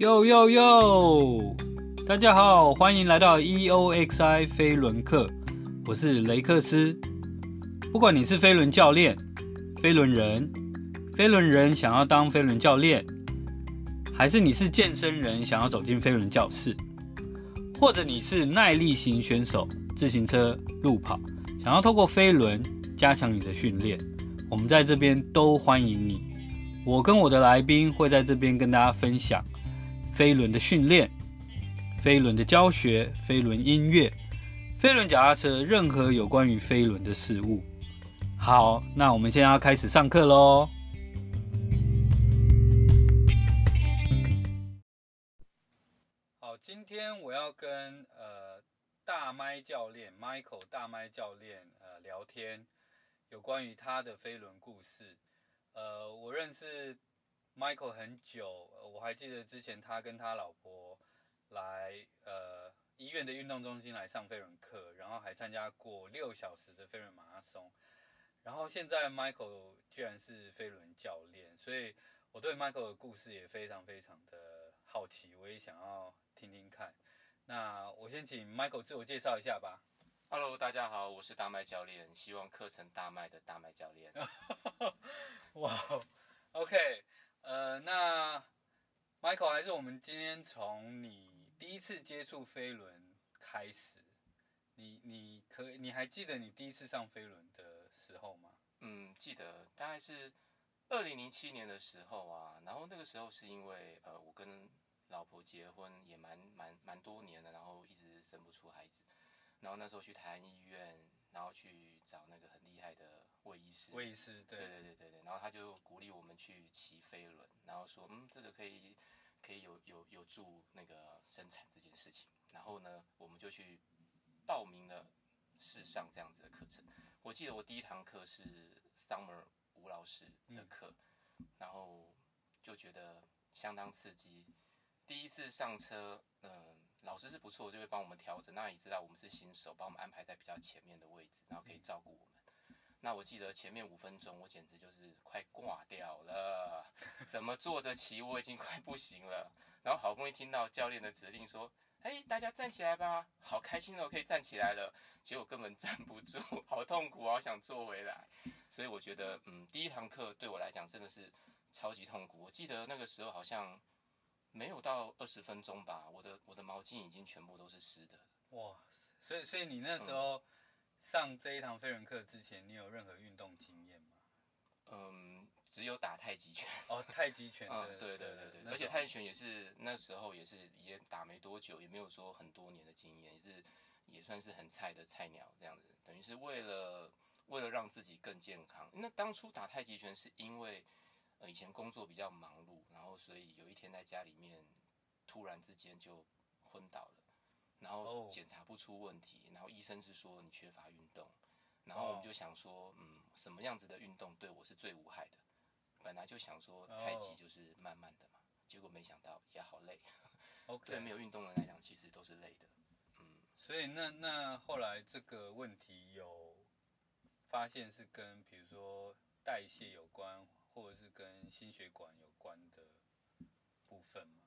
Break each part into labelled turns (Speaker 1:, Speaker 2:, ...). Speaker 1: 哟哟哟！大家好，欢迎来到 E EOXI 飞轮课，我是雷克斯。不管你是飞轮教练、飞轮人、飞轮人想要当飞轮教练，还是你是健身人想要走进飞轮教室，或者你是耐力型选手、自行车、路跑，想要透过飞轮加强你的训练，我们在这边都欢迎你。我跟我的来宾会在这边跟大家分享飞轮的训练、飞轮的教学、飞轮音乐、飞轮脚踏车，任何有关于飞轮的事物。好，那我们现在要开始上课喽。好，今天我要跟呃大麦教练 Michael 大麦教练呃聊天，有关于他的飞轮故事。呃，我认识 Michael 很久，呃我还记得之前他跟他老婆来呃医院的运动中心来上飞轮课，然后还参加过六小时的飞轮马拉松。然后现在 Michael 居然是飞轮教练，所以我对 Michael 的故事也非常非常的好奇，我也想要听听看。那我先请 Michael 自我介绍一下吧。
Speaker 2: Hello，大家好，我是大麦教练，希望课程大卖的大麦教练。
Speaker 1: 哇，OK，呃，那 Michael 还是我们今天从你第一次接触飞轮开始，你你可以你还记得你第一次上飞轮的时候吗？
Speaker 2: 嗯，记得大概是二零零七年的时候啊，然后那个时候是因为呃，我跟老婆结婚也蛮蛮蛮多年了，然后一直生不出孩子，然后那时候去台安医院，然后去找那个很厉害的魏医师，
Speaker 1: 魏医师对，
Speaker 2: 对对对对对，然后他就鼓励我们去骑飞轮，然后说，嗯，这个可以可以有有有助那个生产这件事情。然后呢，我们就去报名了试上这样子的课程。我记得我第一堂课是 Summer 吴老师的课，然后就觉得相当刺激。第一次上车，嗯、老师是不错，就会帮我们调整。那也知道我们是新手，帮我们安排在比较前面的位置，然后可以照顾我们。那我记得前面五分钟，我简直就是快挂掉了，怎么坐着骑我已经快不行了。然后好不容易听到教练的指令说：“哎，大家站起来吧！”好开心哦，可以站起来了。结果根本站不住， 好痛苦，哦好想坐回来。所以我觉得，嗯，第一堂课对我来讲真的是超级痛苦。我记得那个时候好像没有到二十分钟吧，我的我的毛巾已经全部都是湿的。
Speaker 1: 哇，所以所以你那时候上这一堂飞轮课之前，你有任何运动经验吗？
Speaker 2: 嗯，只有打太极拳。
Speaker 1: 哦，太极拳的，
Speaker 2: 嗯，对对对对，
Speaker 1: 那
Speaker 2: 而且
Speaker 1: 种
Speaker 2: 太极拳也是那时候也是也打没多久，也没有说很多年的经验，也是也算是很菜的菜鸟这样子，等于是为了为了让自己更健康。那当初打太极拳是因为呃以前工作比较忙碌，然后所以有一天在家里面突然之间就昏倒了，然
Speaker 1: 哦
Speaker 2: 后检查不出问题，然后医生是说你缺乏运动，然后我们
Speaker 1: 哦
Speaker 2: 就想说，嗯，什么样子的运动对我是最无害的？本来就想说
Speaker 1: 哦
Speaker 2: 太极就是慢慢的嘛，结果没想到也好累。对
Speaker 1: OK，
Speaker 2: 没有运动的人来讲，其实都是累的。嗯，
Speaker 1: 所以那那后来这个问题有发现是跟比如说代谢有关，或者是跟心血管有关的部分吗？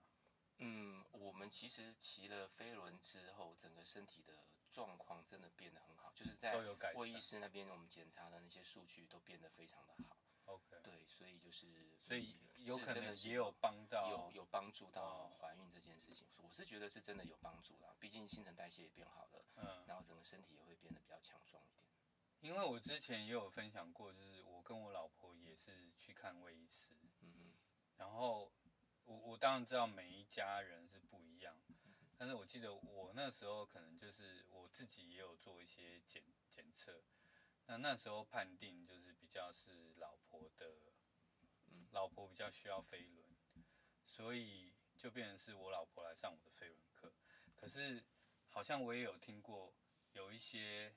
Speaker 2: 嗯，我们其实骑了飞轮之后，整个身体的状况真的变得很好，就是在
Speaker 1: 都有改
Speaker 2: 魏医
Speaker 1: 善。
Speaker 2: 师那边我们检查的那些数据都变得非常的好。
Speaker 1: OK，
Speaker 2: 对，所以就是
Speaker 1: 所以
Speaker 2: 嗯
Speaker 1: 有
Speaker 2: 是
Speaker 1: 可
Speaker 2: 真
Speaker 1: 能
Speaker 2: 的是
Speaker 1: 也有帮到
Speaker 2: 有有帮助到
Speaker 1: 哦
Speaker 2: 怀孕这件事情，我是觉得是真的有帮助啦。毕竟新陈代谢也变好了，
Speaker 1: 嗯，
Speaker 2: 然后整个身体也会变得比较强壮一点。
Speaker 1: 因为我之前也有分享过，就是我跟我老婆也是去看魏医师，
Speaker 2: 嗯嗯。
Speaker 1: 然后我我当然知道每一家人是不一样，但是我记得我那时候可能就是我自己也有做一些检检测，那那时候判定就是比较是老婆的，老婆比较需要飞轮，所以就变成是我老婆来上我的飞轮课。可是好像我也有听过有一些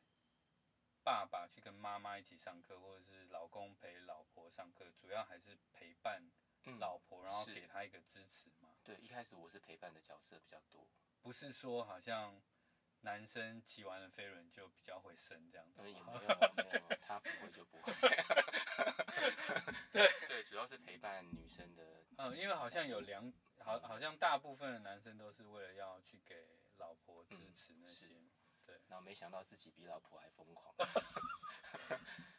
Speaker 1: 爸爸去跟妈妈一起上课，或者是老公陪老婆上课，主要还是陪伴
Speaker 2: 嗯
Speaker 1: 老婆，然后
Speaker 2: 是
Speaker 1: 给她一个支持嘛，
Speaker 2: 对，一开始我是陪伴的角色比较多，
Speaker 1: 不是说好像男生骑完了飞轮就比较会生这样子
Speaker 2: 但
Speaker 1: 吗。
Speaker 2: 是也没有没有，他不会就不会。对对，主要是陪伴女生的。
Speaker 1: 嗯，因为好像有两好，好像大部分的男生都是为了要去给老婆支持那些，
Speaker 2: 嗯然后没想到自己比老婆还疯狂。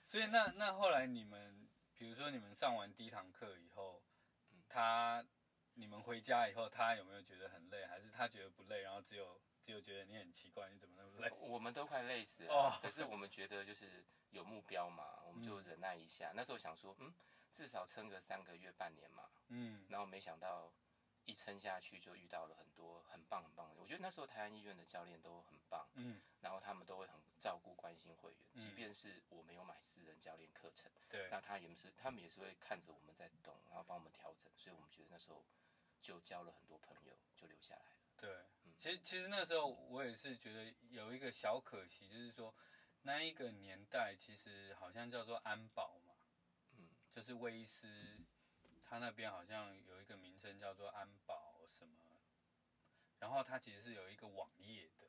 Speaker 1: 所以那那后来你们，比如说你们上完第一堂课以后，
Speaker 2: 嗯
Speaker 1: 他你们回家以后，他有没有觉得很累，还是他觉得不累，然后只有只有觉得你很奇怪，你怎么那么累？
Speaker 2: 我们都快累死了。
Speaker 1: 哦
Speaker 2: 可是我们觉得就是有目标嘛，我们就忍耐一下。那时候想说，嗯，至少撑个三个月、半年嘛。
Speaker 1: 嗯
Speaker 2: 然后没想到一撑下去就遇到了很多很棒很棒的人。我觉得那时候台湾医院的教练都很棒，
Speaker 1: 嗯，
Speaker 2: 然后他们都会很照顾、关心会员，即便是我没有买私人教练课程，
Speaker 1: 对，
Speaker 2: 那他也是他们也是会看着我们在动，然后帮我们调整。所以我们觉得那时候就交了很多朋友，就留下来了。
Speaker 1: 对，
Speaker 2: 嗯
Speaker 1: 其实其实那时候我也是觉得有一个小可惜，就是说那一个年代其实好像叫做安保嘛，
Speaker 2: 嗯，
Speaker 1: 就是威伊斯，他那边好像有一个名称叫做安保什么，然后它其实是有一个网页的，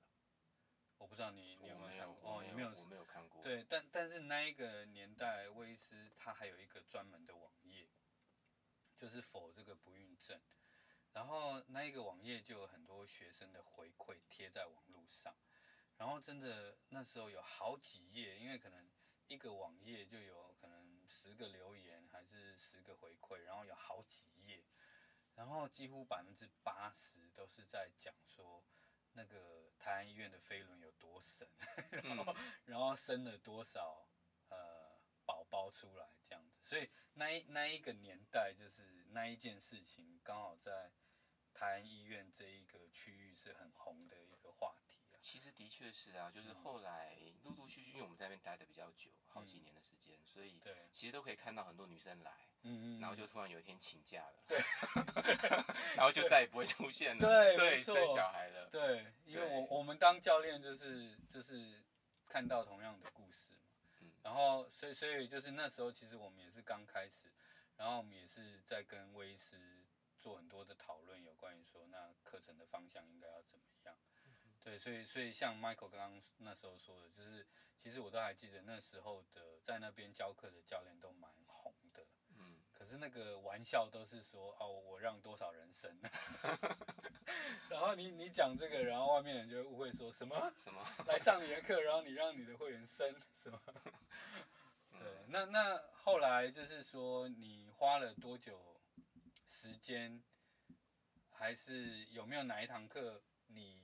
Speaker 1: 我不知道你你有
Speaker 2: 我
Speaker 1: 没
Speaker 2: 没
Speaker 1: 有
Speaker 2: 有
Speaker 1: 看，过哦，
Speaker 2: 我
Speaker 1: 你
Speaker 2: 没
Speaker 1: 没
Speaker 2: 有
Speaker 1: 有，
Speaker 2: 我没有看过。，
Speaker 1: 对，但但是那一个年代，威斯他还有一个专门的网页，就是否这个不孕症。然后那一个网页就有很多学生的回馈贴在网络上，然后真的那时候有好几页，因为可能一个网页就有可能十个留言还是十个回馈，然后有好几页，然后几乎百分之八十都是在讲说那个台安医院的飞轮有多神， 然后、然后生了多少呃宝宝出来这样子，所以那一那一个年代就是那一件事情刚好在台安医院这一个区域是很红的一个话题啊，
Speaker 2: 其实的确是啊，就是后来陆陆续续，因为我们在那边待的比较久，好
Speaker 1: 嗯
Speaker 2: 几年的时间，所以
Speaker 1: 对，
Speaker 2: 其实都可以看到很多女生来，
Speaker 1: 嗯
Speaker 2: 然后就突然有一天请假了，对， 然后就再也不会出现了，
Speaker 1: 对没
Speaker 2: 对，
Speaker 1: 错
Speaker 2: 生小孩了，
Speaker 1: 对，因为
Speaker 2: 对
Speaker 1: 我我们当教练就是就是看到同样的故事嘛，
Speaker 2: 嗯
Speaker 1: 然后所以所以就是那时候其实我们也是刚开始，然后我们也是在跟威斯做很多的讨论，有关于说那课程的方向应该要怎么样。
Speaker 2: 嗯
Speaker 1: 对，所以所以像 Michael 刚刚那时候说的，就是其实我都还记得那时候的在那边教课的教练都蛮红的，
Speaker 2: 嗯，
Speaker 1: 可是那个玩笑都是说哦，我让多少人生， 然后你你讲这个，然后外面人就会误会说什么
Speaker 2: 什么？
Speaker 1: 来上你的课，然后你让你的会员生什 么？对，
Speaker 2: 嗯
Speaker 1: 那那后来就是说你花了多久时间，还是有没有哪一堂课你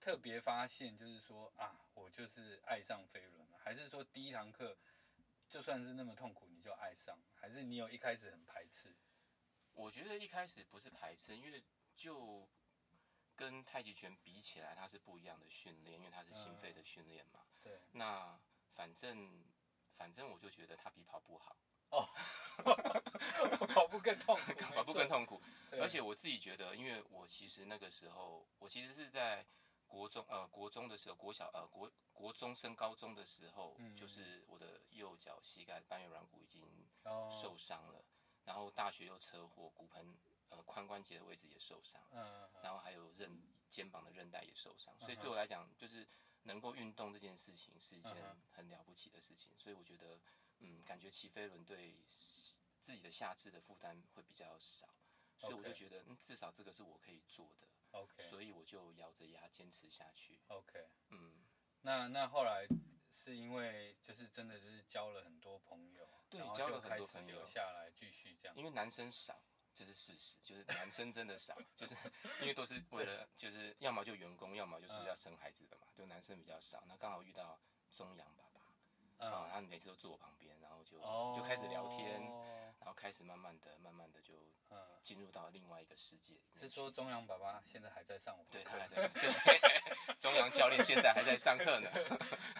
Speaker 1: 特别发现，就是说啊，我就是爱上飞轮了，还是说第一堂课就算是那么痛苦你就爱上，还是你有一开始很排斥？
Speaker 2: 我觉得一开始不是排斥，因为就跟太极拳比起来，它是不一样的训练，因为它是心肺的
Speaker 1: 嗯
Speaker 2: 训练嘛。
Speaker 1: 对，
Speaker 2: 那反正反正我就觉得它比跑步 好，
Speaker 1: 跑步更痛苦，
Speaker 2: 跑步更
Speaker 1: 没错，
Speaker 2: 痛苦。
Speaker 1: 对
Speaker 2: 而且我自己觉得，因为我其实那个时候，我其实是在国中呃国中的时候，国小呃国国中升高中的时候，
Speaker 1: 嗯
Speaker 2: 就是我的右脚膝盖半月软骨已经
Speaker 1: 哦
Speaker 2: 受伤了，然后大学又车祸，骨盆呃髋关节的位置也受伤，
Speaker 1: 嗯，
Speaker 2: 然后还有韧肩膀的韧带也受伤，所以对我来讲，就是能够运动这件事情是一件
Speaker 1: 嗯
Speaker 2: 很了不起的事情，所以我觉得，嗯，感觉骑飞轮对自己的下肢的负担会比较少，所以我就
Speaker 1: OK
Speaker 2: 觉得，嗯，至少这个是我可以做的，
Speaker 1: OK
Speaker 2: 所以我就咬着牙坚持下去。
Speaker 1: OK。
Speaker 2: 嗯，
Speaker 1: 那那后来是因为就是真的就是交了很多朋友，
Speaker 2: 对
Speaker 1: 然后
Speaker 2: 交了
Speaker 1: 就
Speaker 2: 很
Speaker 1: 开
Speaker 2: 多
Speaker 1: 始
Speaker 2: 朋友
Speaker 1: 留下来继续这样。
Speaker 2: 因为男生少。这是事实，就是男生真的少，就是 因为都是为了，就是要么就员工，要么就是
Speaker 1: 嗯
Speaker 2: 要生孩子的嘛，就男生比较少。那刚好遇到中阳爸爸，啊，
Speaker 1: 嗯，
Speaker 2: 他每次都坐我旁边，然后就、
Speaker 1: 哦，
Speaker 2: 就开始聊天，然后开始慢慢的、慢慢的就
Speaker 1: 嗯，
Speaker 2: 进入到另外一个世界里面去。
Speaker 1: 是说中阳爸爸现在还在上我
Speaker 2: 对
Speaker 1: 的
Speaker 2: 他还
Speaker 1: 课，
Speaker 2: 在，对中阳教练现在还在上课呢。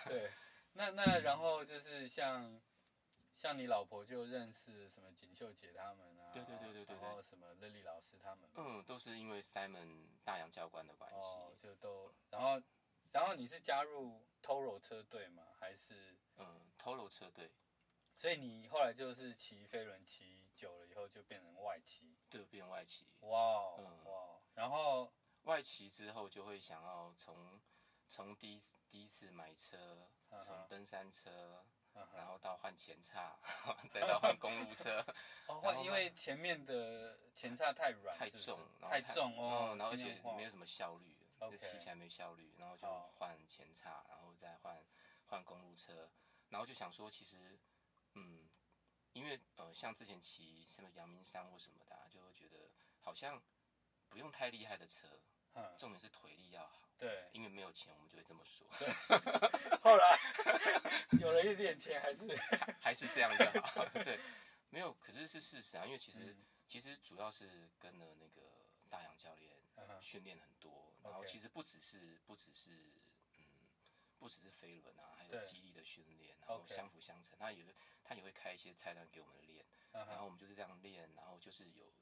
Speaker 1: 对。那那然后就是像像你老婆就认识什么锦绣姐他们啊，
Speaker 2: 对对对对对对
Speaker 1: 然后什么 Lily 老师他们，
Speaker 2: 嗯，都是因为 Simon 大洋教官的关系。
Speaker 1: 哦，就都然后然后你是加入 Toro 车队吗？还是
Speaker 2: 嗯，Toro 车队，
Speaker 1: 所以你后来就是骑飞轮骑久了以后就变成外骑，
Speaker 2: 对，变外企。
Speaker 1: 哇哦
Speaker 2: 嗯
Speaker 1: 哇哦，然后
Speaker 2: 外骑之后就会想要从从第一第一次买车，从登山车，
Speaker 1: 嗯哼
Speaker 2: 啊然后到换前叉， 再到换公 路车，
Speaker 1: 哦，
Speaker 2: 然
Speaker 1: 会
Speaker 2: 后
Speaker 1: 因
Speaker 2: 呢
Speaker 1: 为前面的前叉太软，
Speaker 2: 太
Speaker 1: 是不是
Speaker 2: 重，然后
Speaker 1: 太重哦
Speaker 2: 嗯，然后而
Speaker 1: 轻
Speaker 2: 且
Speaker 1: 量化
Speaker 2: 没有什么效率，
Speaker 1: OK
Speaker 2: 就骑起来没效率，然后就
Speaker 1: 哦
Speaker 2: 换前叉，然后再换换公路车，然后就想说，其实，嗯，因为呃，像之前骑什么阳明山或什么的、啊，就会觉得好像不用太厉害的车，
Speaker 1: 嗯，
Speaker 2: 重点是腿力要好，
Speaker 1: 对。
Speaker 2: 因为没有钱，我们就会这么说，
Speaker 1: 后来有了一点钱，还 是
Speaker 2: 还是这样 就好，对，没有，可是是事实啊，因为其实、
Speaker 1: 嗯
Speaker 2: 其实主要是跟了那个大洋教练
Speaker 1: 嗯哼
Speaker 2: 训练很多，然后
Speaker 1: OK
Speaker 2: 其实不只是不只是嗯，不只是飞轮啊，还有
Speaker 1: 对
Speaker 2: 肌力的训练，然后
Speaker 1: OK
Speaker 2: 相辅相成。他也会他也会开一些菜单给我们练，
Speaker 1: 嗯
Speaker 2: 然后
Speaker 1: 哼
Speaker 2: 我们就是这样练，然后就是有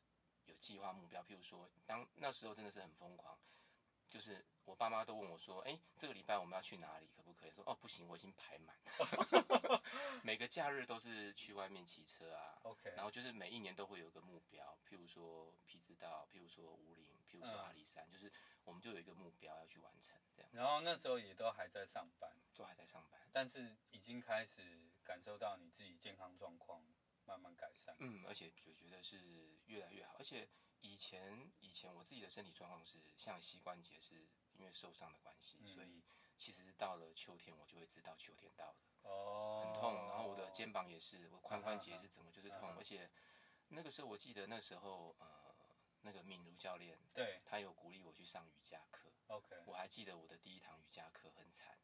Speaker 2: 有计划目标，譬如说当那时候真的是很疯狂。就是我爸妈都问我说：“哎、这个礼拜我们要去哪里，可不可以？”说：“哦，不行，我已经排满。” 每个假日都是去外面骑车啊，
Speaker 1: 哦，OK，
Speaker 2: 然后就是每一年都会有一个目标，譬如说皮兹道，譬如说五岭，譬如说
Speaker 1: 嗯
Speaker 2: 阿里山，就是我们就有一个目标要去完成，这样
Speaker 1: 然后那时候也都还在上班，
Speaker 2: 都还在上班。
Speaker 1: 但是已经开始感受到你自己健康状况慢慢改善。
Speaker 2: 嗯，而且就觉得是越来越好，而且以前以前我自己的身体状况是像膝关节是因为受伤的关系，所
Speaker 1: 嗯
Speaker 2: 以其实到了秋天我就会知道秋天到了，
Speaker 1: 哦，
Speaker 2: 很痛，然后我的肩膀也是，我髋关
Speaker 1: 嗯
Speaker 2: 节也
Speaker 1: 嗯
Speaker 2: 是整个就是痛，
Speaker 1: 嗯嗯
Speaker 2: 而且那个时候我记得那时候呃那个敏如教练
Speaker 1: 对
Speaker 2: 他有鼓励我去上瑜伽课。
Speaker 1: ，OK，
Speaker 2: 我还记得我的第一堂瑜伽课很惨，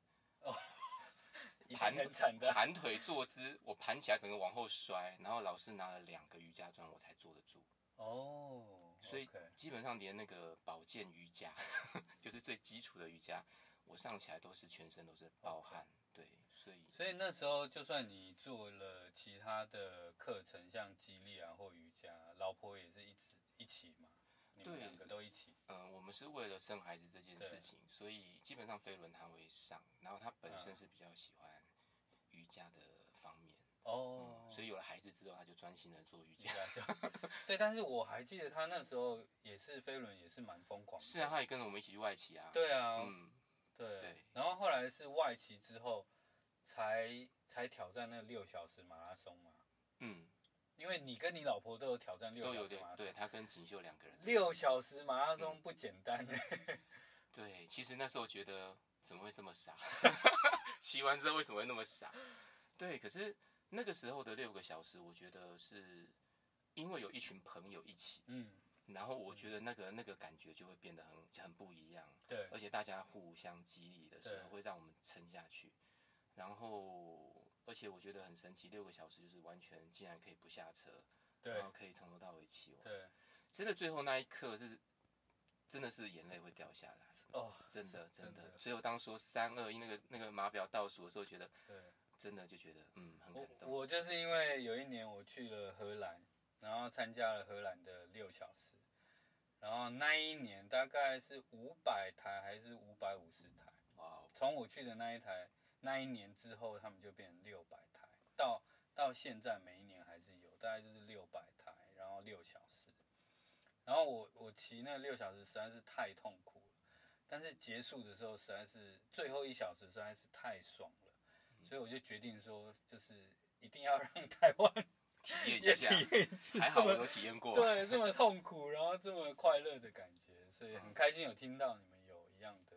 Speaker 1: 一定很惨的，
Speaker 2: 盘腿坐姿，我盘起来整个往后摔，然后老师拿了两个瑜伽砖，我才坐得住。
Speaker 1: 哦，
Speaker 2: 所以
Speaker 1: OK
Speaker 2: 基本上连那个保健瑜伽， 就是最基础的瑜伽，我上起来都是全身都是暴汗。对，所以
Speaker 1: 所以那时候，就算你做了其他的课程，像激励啊或瑜伽，老婆也是一直一起嘛，你们
Speaker 2: 对
Speaker 1: 两个都一起。
Speaker 2: 嗯、呃我们是为了生孩子这件
Speaker 1: 对
Speaker 2: 事情，所以基本上飞轮他会上，然后他本身
Speaker 1: 嗯
Speaker 2: 是比较喜欢瑜伽的方面，
Speaker 1: 哦、
Speaker 2: 嗯，所以有了孩子之后，他就专心的做瑜
Speaker 1: 瑜
Speaker 2: 伽
Speaker 1: 伽。这样。对，但是我还记得他那时候也是飞轮，也是蛮疯狂的。
Speaker 2: 是啊，他也跟着我们一起去外企啊。，
Speaker 1: 对啊，
Speaker 2: 嗯，
Speaker 1: 对
Speaker 2: 对
Speaker 1: 然后后来是外骑之后，才才挑战那六小时马拉松嘛，
Speaker 2: 嗯，
Speaker 1: 因为你跟你老婆都有挑战六
Speaker 2: 都
Speaker 1: 小
Speaker 2: 有
Speaker 1: 时
Speaker 2: 点
Speaker 1: 马拉松
Speaker 2: 对。他跟锦绣两个人。
Speaker 1: 六小时马拉松不简单、
Speaker 2: 对，其实那时候觉得怎么会这么傻？ 骑完之后为什么会那么傻？对，可是那个时候的六个小时，我觉得是因为有一群朋友一起，
Speaker 1: 嗯，
Speaker 2: 然后我觉得那个那个感觉就会变得很很不一样，
Speaker 1: 对
Speaker 2: 而且大家互相激励的时
Speaker 1: 对
Speaker 2: 候，会让我们撑下去。然后，而且我觉得很神奇，六个小时就是完全竟然可以不下车，
Speaker 1: 对
Speaker 2: 然后可以从头到尾骑完。
Speaker 1: 对
Speaker 2: 真的最后那一刻是，真的是眼泪会掉下来，
Speaker 1: 哦，
Speaker 2: 真的真
Speaker 1: 真
Speaker 2: 的
Speaker 1: 的。
Speaker 2: 只有当说三二一那个那个码表倒数的时候，觉得
Speaker 1: 对。
Speaker 2: 真的就觉得嗯很感
Speaker 1: 我
Speaker 2: 动。
Speaker 1: 我就是因为有一年我去了荷兰，然后参加了荷兰的六小时，然后那一年大概是五百台还是五百五十台，
Speaker 2: 哇哦，
Speaker 1: 从我去的那一台那一年之后，他们就变成六百台，到到现在每一年还是有，大概就是六百台，然后六小时，然后我我骑那六小时实在是太痛苦了，但是结束的时候实在是最后一小时实在是太爽了，
Speaker 2: 嗯
Speaker 1: 所以我就决定说，就是一定要 让台湾
Speaker 2: 体验
Speaker 1: 也
Speaker 2: 一
Speaker 1: 体
Speaker 2: 下，
Speaker 1: 验一次
Speaker 2: 啊还
Speaker 1: 这
Speaker 2: 好我
Speaker 1: 么
Speaker 2: 有体验过。
Speaker 1: 对这么痛苦，然后这么快乐的感觉，所以很开心有听到你们有一样的，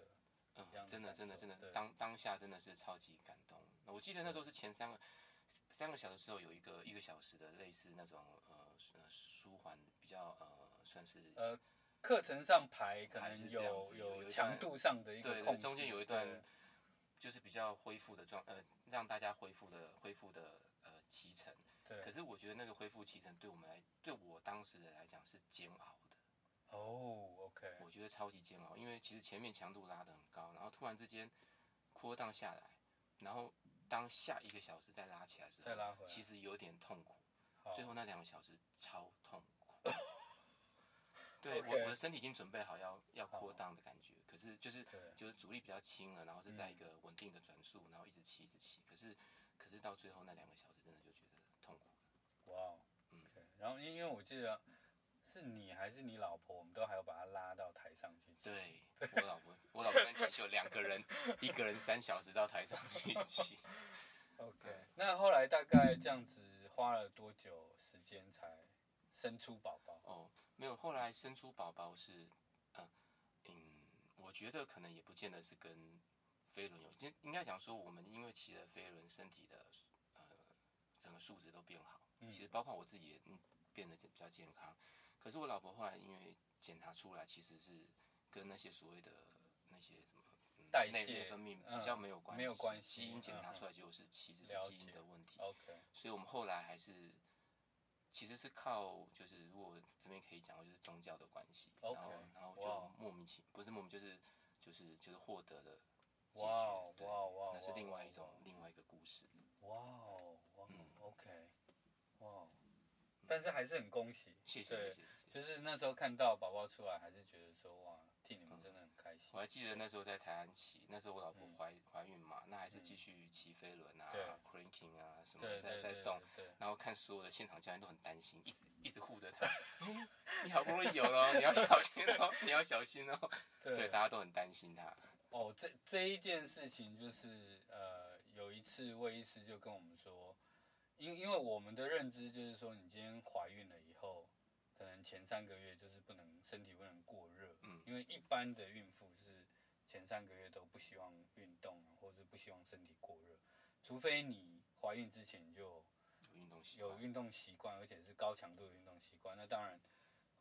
Speaker 2: 嗯
Speaker 1: 一样，的
Speaker 2: 真的
Speaker 1: 感
Speaker 2: 真的
Speaker 1: 受
Speaker 2: 真
Speaker 1: 对
Speaker 2: 的，当当下真的是超级感动。我记得那时候是前三个三个小时之后有一个一个小时的类似那种呃呃舒缓比较呃算是
Speaker 1: 呃，课程上排可
Speaker 2: 还是
Speaker 1: 能
Speaker 2: 这样
Speaker 1: 有
Speaker 2: 子有一
Speaker 1: 有
Speaker 2: 段
Speaker 1: 强度上的一个
Speaker 2: 对
Speaker 1: 控制，
Speaker 2: 中间有一段
Speaker 1: 对
Speaker 2: 就是比较恢复的状呃让大家恢复的恢复的呃骑程。
Speaker 1: 对，
Speaker 2: 可是我觉得那个恢复期程对我们来，对我当时的来讲是煎熬的，
Speaker 1: 哦，OK，
Speaker 2: 我觉得超级煎熬，因为其实前面强度拉得很高，然后突然之间扩荡下来，然后当下一个小时再拉起来的时候，
Speaker 1: 再拉回来
Speaker 2: 其实有点痛苦，
Speaker 1: 好，
Speaker 2: 最后那两个小时超痛 苦。对
Speaker 1: OK
Speaker 2: 我我的身体已经准备好要要
Speaker 1: 好
Speaker 2: 扩荡的感觉，可是就是
Speaker 1: 对
Speaker 2: 就是阻力比较轻了，然后是在
Speaker 1: 嗯
Speaker 2: 一个稳定的转速，然后一直骑一直骑，可是可是到最后那两个小时真的就觉得痛苦。
Speaker 1: 哇哦
Speaker 2: 嗯
Speaker 1: ，OK，然后因因为我记得是你还是你老婆，我们都还要把她拉到台上去吃，
Speaker 2: 对，我老婆，我老婆跟秦秀两个人，一个人三小时到台上一起。
Speaker 1: ，OK，那后来大概这样子花了多久时间才生出宝宝？
Speaker 2: 哦，没有，后来生出宝宝是，呃，嗯，我觉得可能也不见得是跟飞轮有，应应该讲说，我们因为骑了飞轮，身体的呃整个素质都变好，
Speaker 1: 嗯
Speaker 2: 其实包括我自己也嗯变得比较健康。可是我老婆后来因为检查出来，其实是跟那些所谓的那些什么、嗯、
Speaker 1: 代
Speaker 2: 内
Speaker 1: 谢
Speaker 2: 内分泌
Speaker 1: 嗯
Speaker 2: 比较没有关系，
Speaker 1: 没有关系
Speaker 2: 基因检查
Speaker 1: 嗯
Speaker 2: 出来就是其实是
Speaker 1: 了
Speaker 2: 基因
Speaker 1: 解哦
Speaker 2: 的问题。
Speaker 1: OK，
Speaker 2: 所以我们后来还是其实是靠，就是如果这边可以讲，就是宗教的关系
Speaker 1: OK，
Speaker 2: 然后然后
Speaker 1: 哇哦
Speaker 2: 就莫名其不是莫名就是就是就是获得了解决，
Speaker 1: 哇哦
Speaker 2: 对
Speaker 1: 哇哦哇哦，
Speaker 2: 那是另外一
Speaker 1: 哇
Speaker 2: 种
Speaker 1: 哦
Speaker 2: 另外一个故事，
Speaker 1: 哇哦，哇哦
Speaker 2: 嗯
Speaker 1: ，OK，哇哦，但是还是很恭喜，
Speaker 2: 谢谢
Speaker 1: 对
Speaker 2: 谢谢。谢谢
Speaker 1: 就是那时候看到宝宝出来，还是觉得说哇，替你们真的很开心
Speaker 2: 我。还记得那时候在台湾骑，那时候我老婆
Speaker 1: 嗯
Speaker 2: 怀怀孕嘛，那还是
Speaker 1: 嗯
Speaker 2: 继续骑飞轮啊
Speaker 1: 对、
Speaker 2: cranking 啊什么
Speaker 1: 对
Speaker 2: 在
Speaker 1: 对对
Speaker 2: 在
Speaker 1: 对
Speaker 2: 动，
Speaker 1: 对，
Speaker 2: 然后看所有的现场教练都很担心，一直一直护 着她，哎你好不容易有了哦， 你要小心 哦，你要小心哦，
Speaker 1: 对
Speaker 2: 对，大家都很担心她。
Speaker 1: 哦，这这一件事情就是呃，有一次魏医师就跟我们说，因因为我们的认知就是说，你今天怀孕了以后，可能前三个月就是不能身体不能过热，
Speaker 2: 嗯
Speaker 1: 因为一般的孕妇是前三个月都不希望运动啊，或者不希望身体过热，除非你怀孕之前就
Speaker 2: 有运动习
Speaker 1: 有
Speaker 2: 惯，
Speaker 1: 运动习惯，而且是高强度的运动习惯，那当然，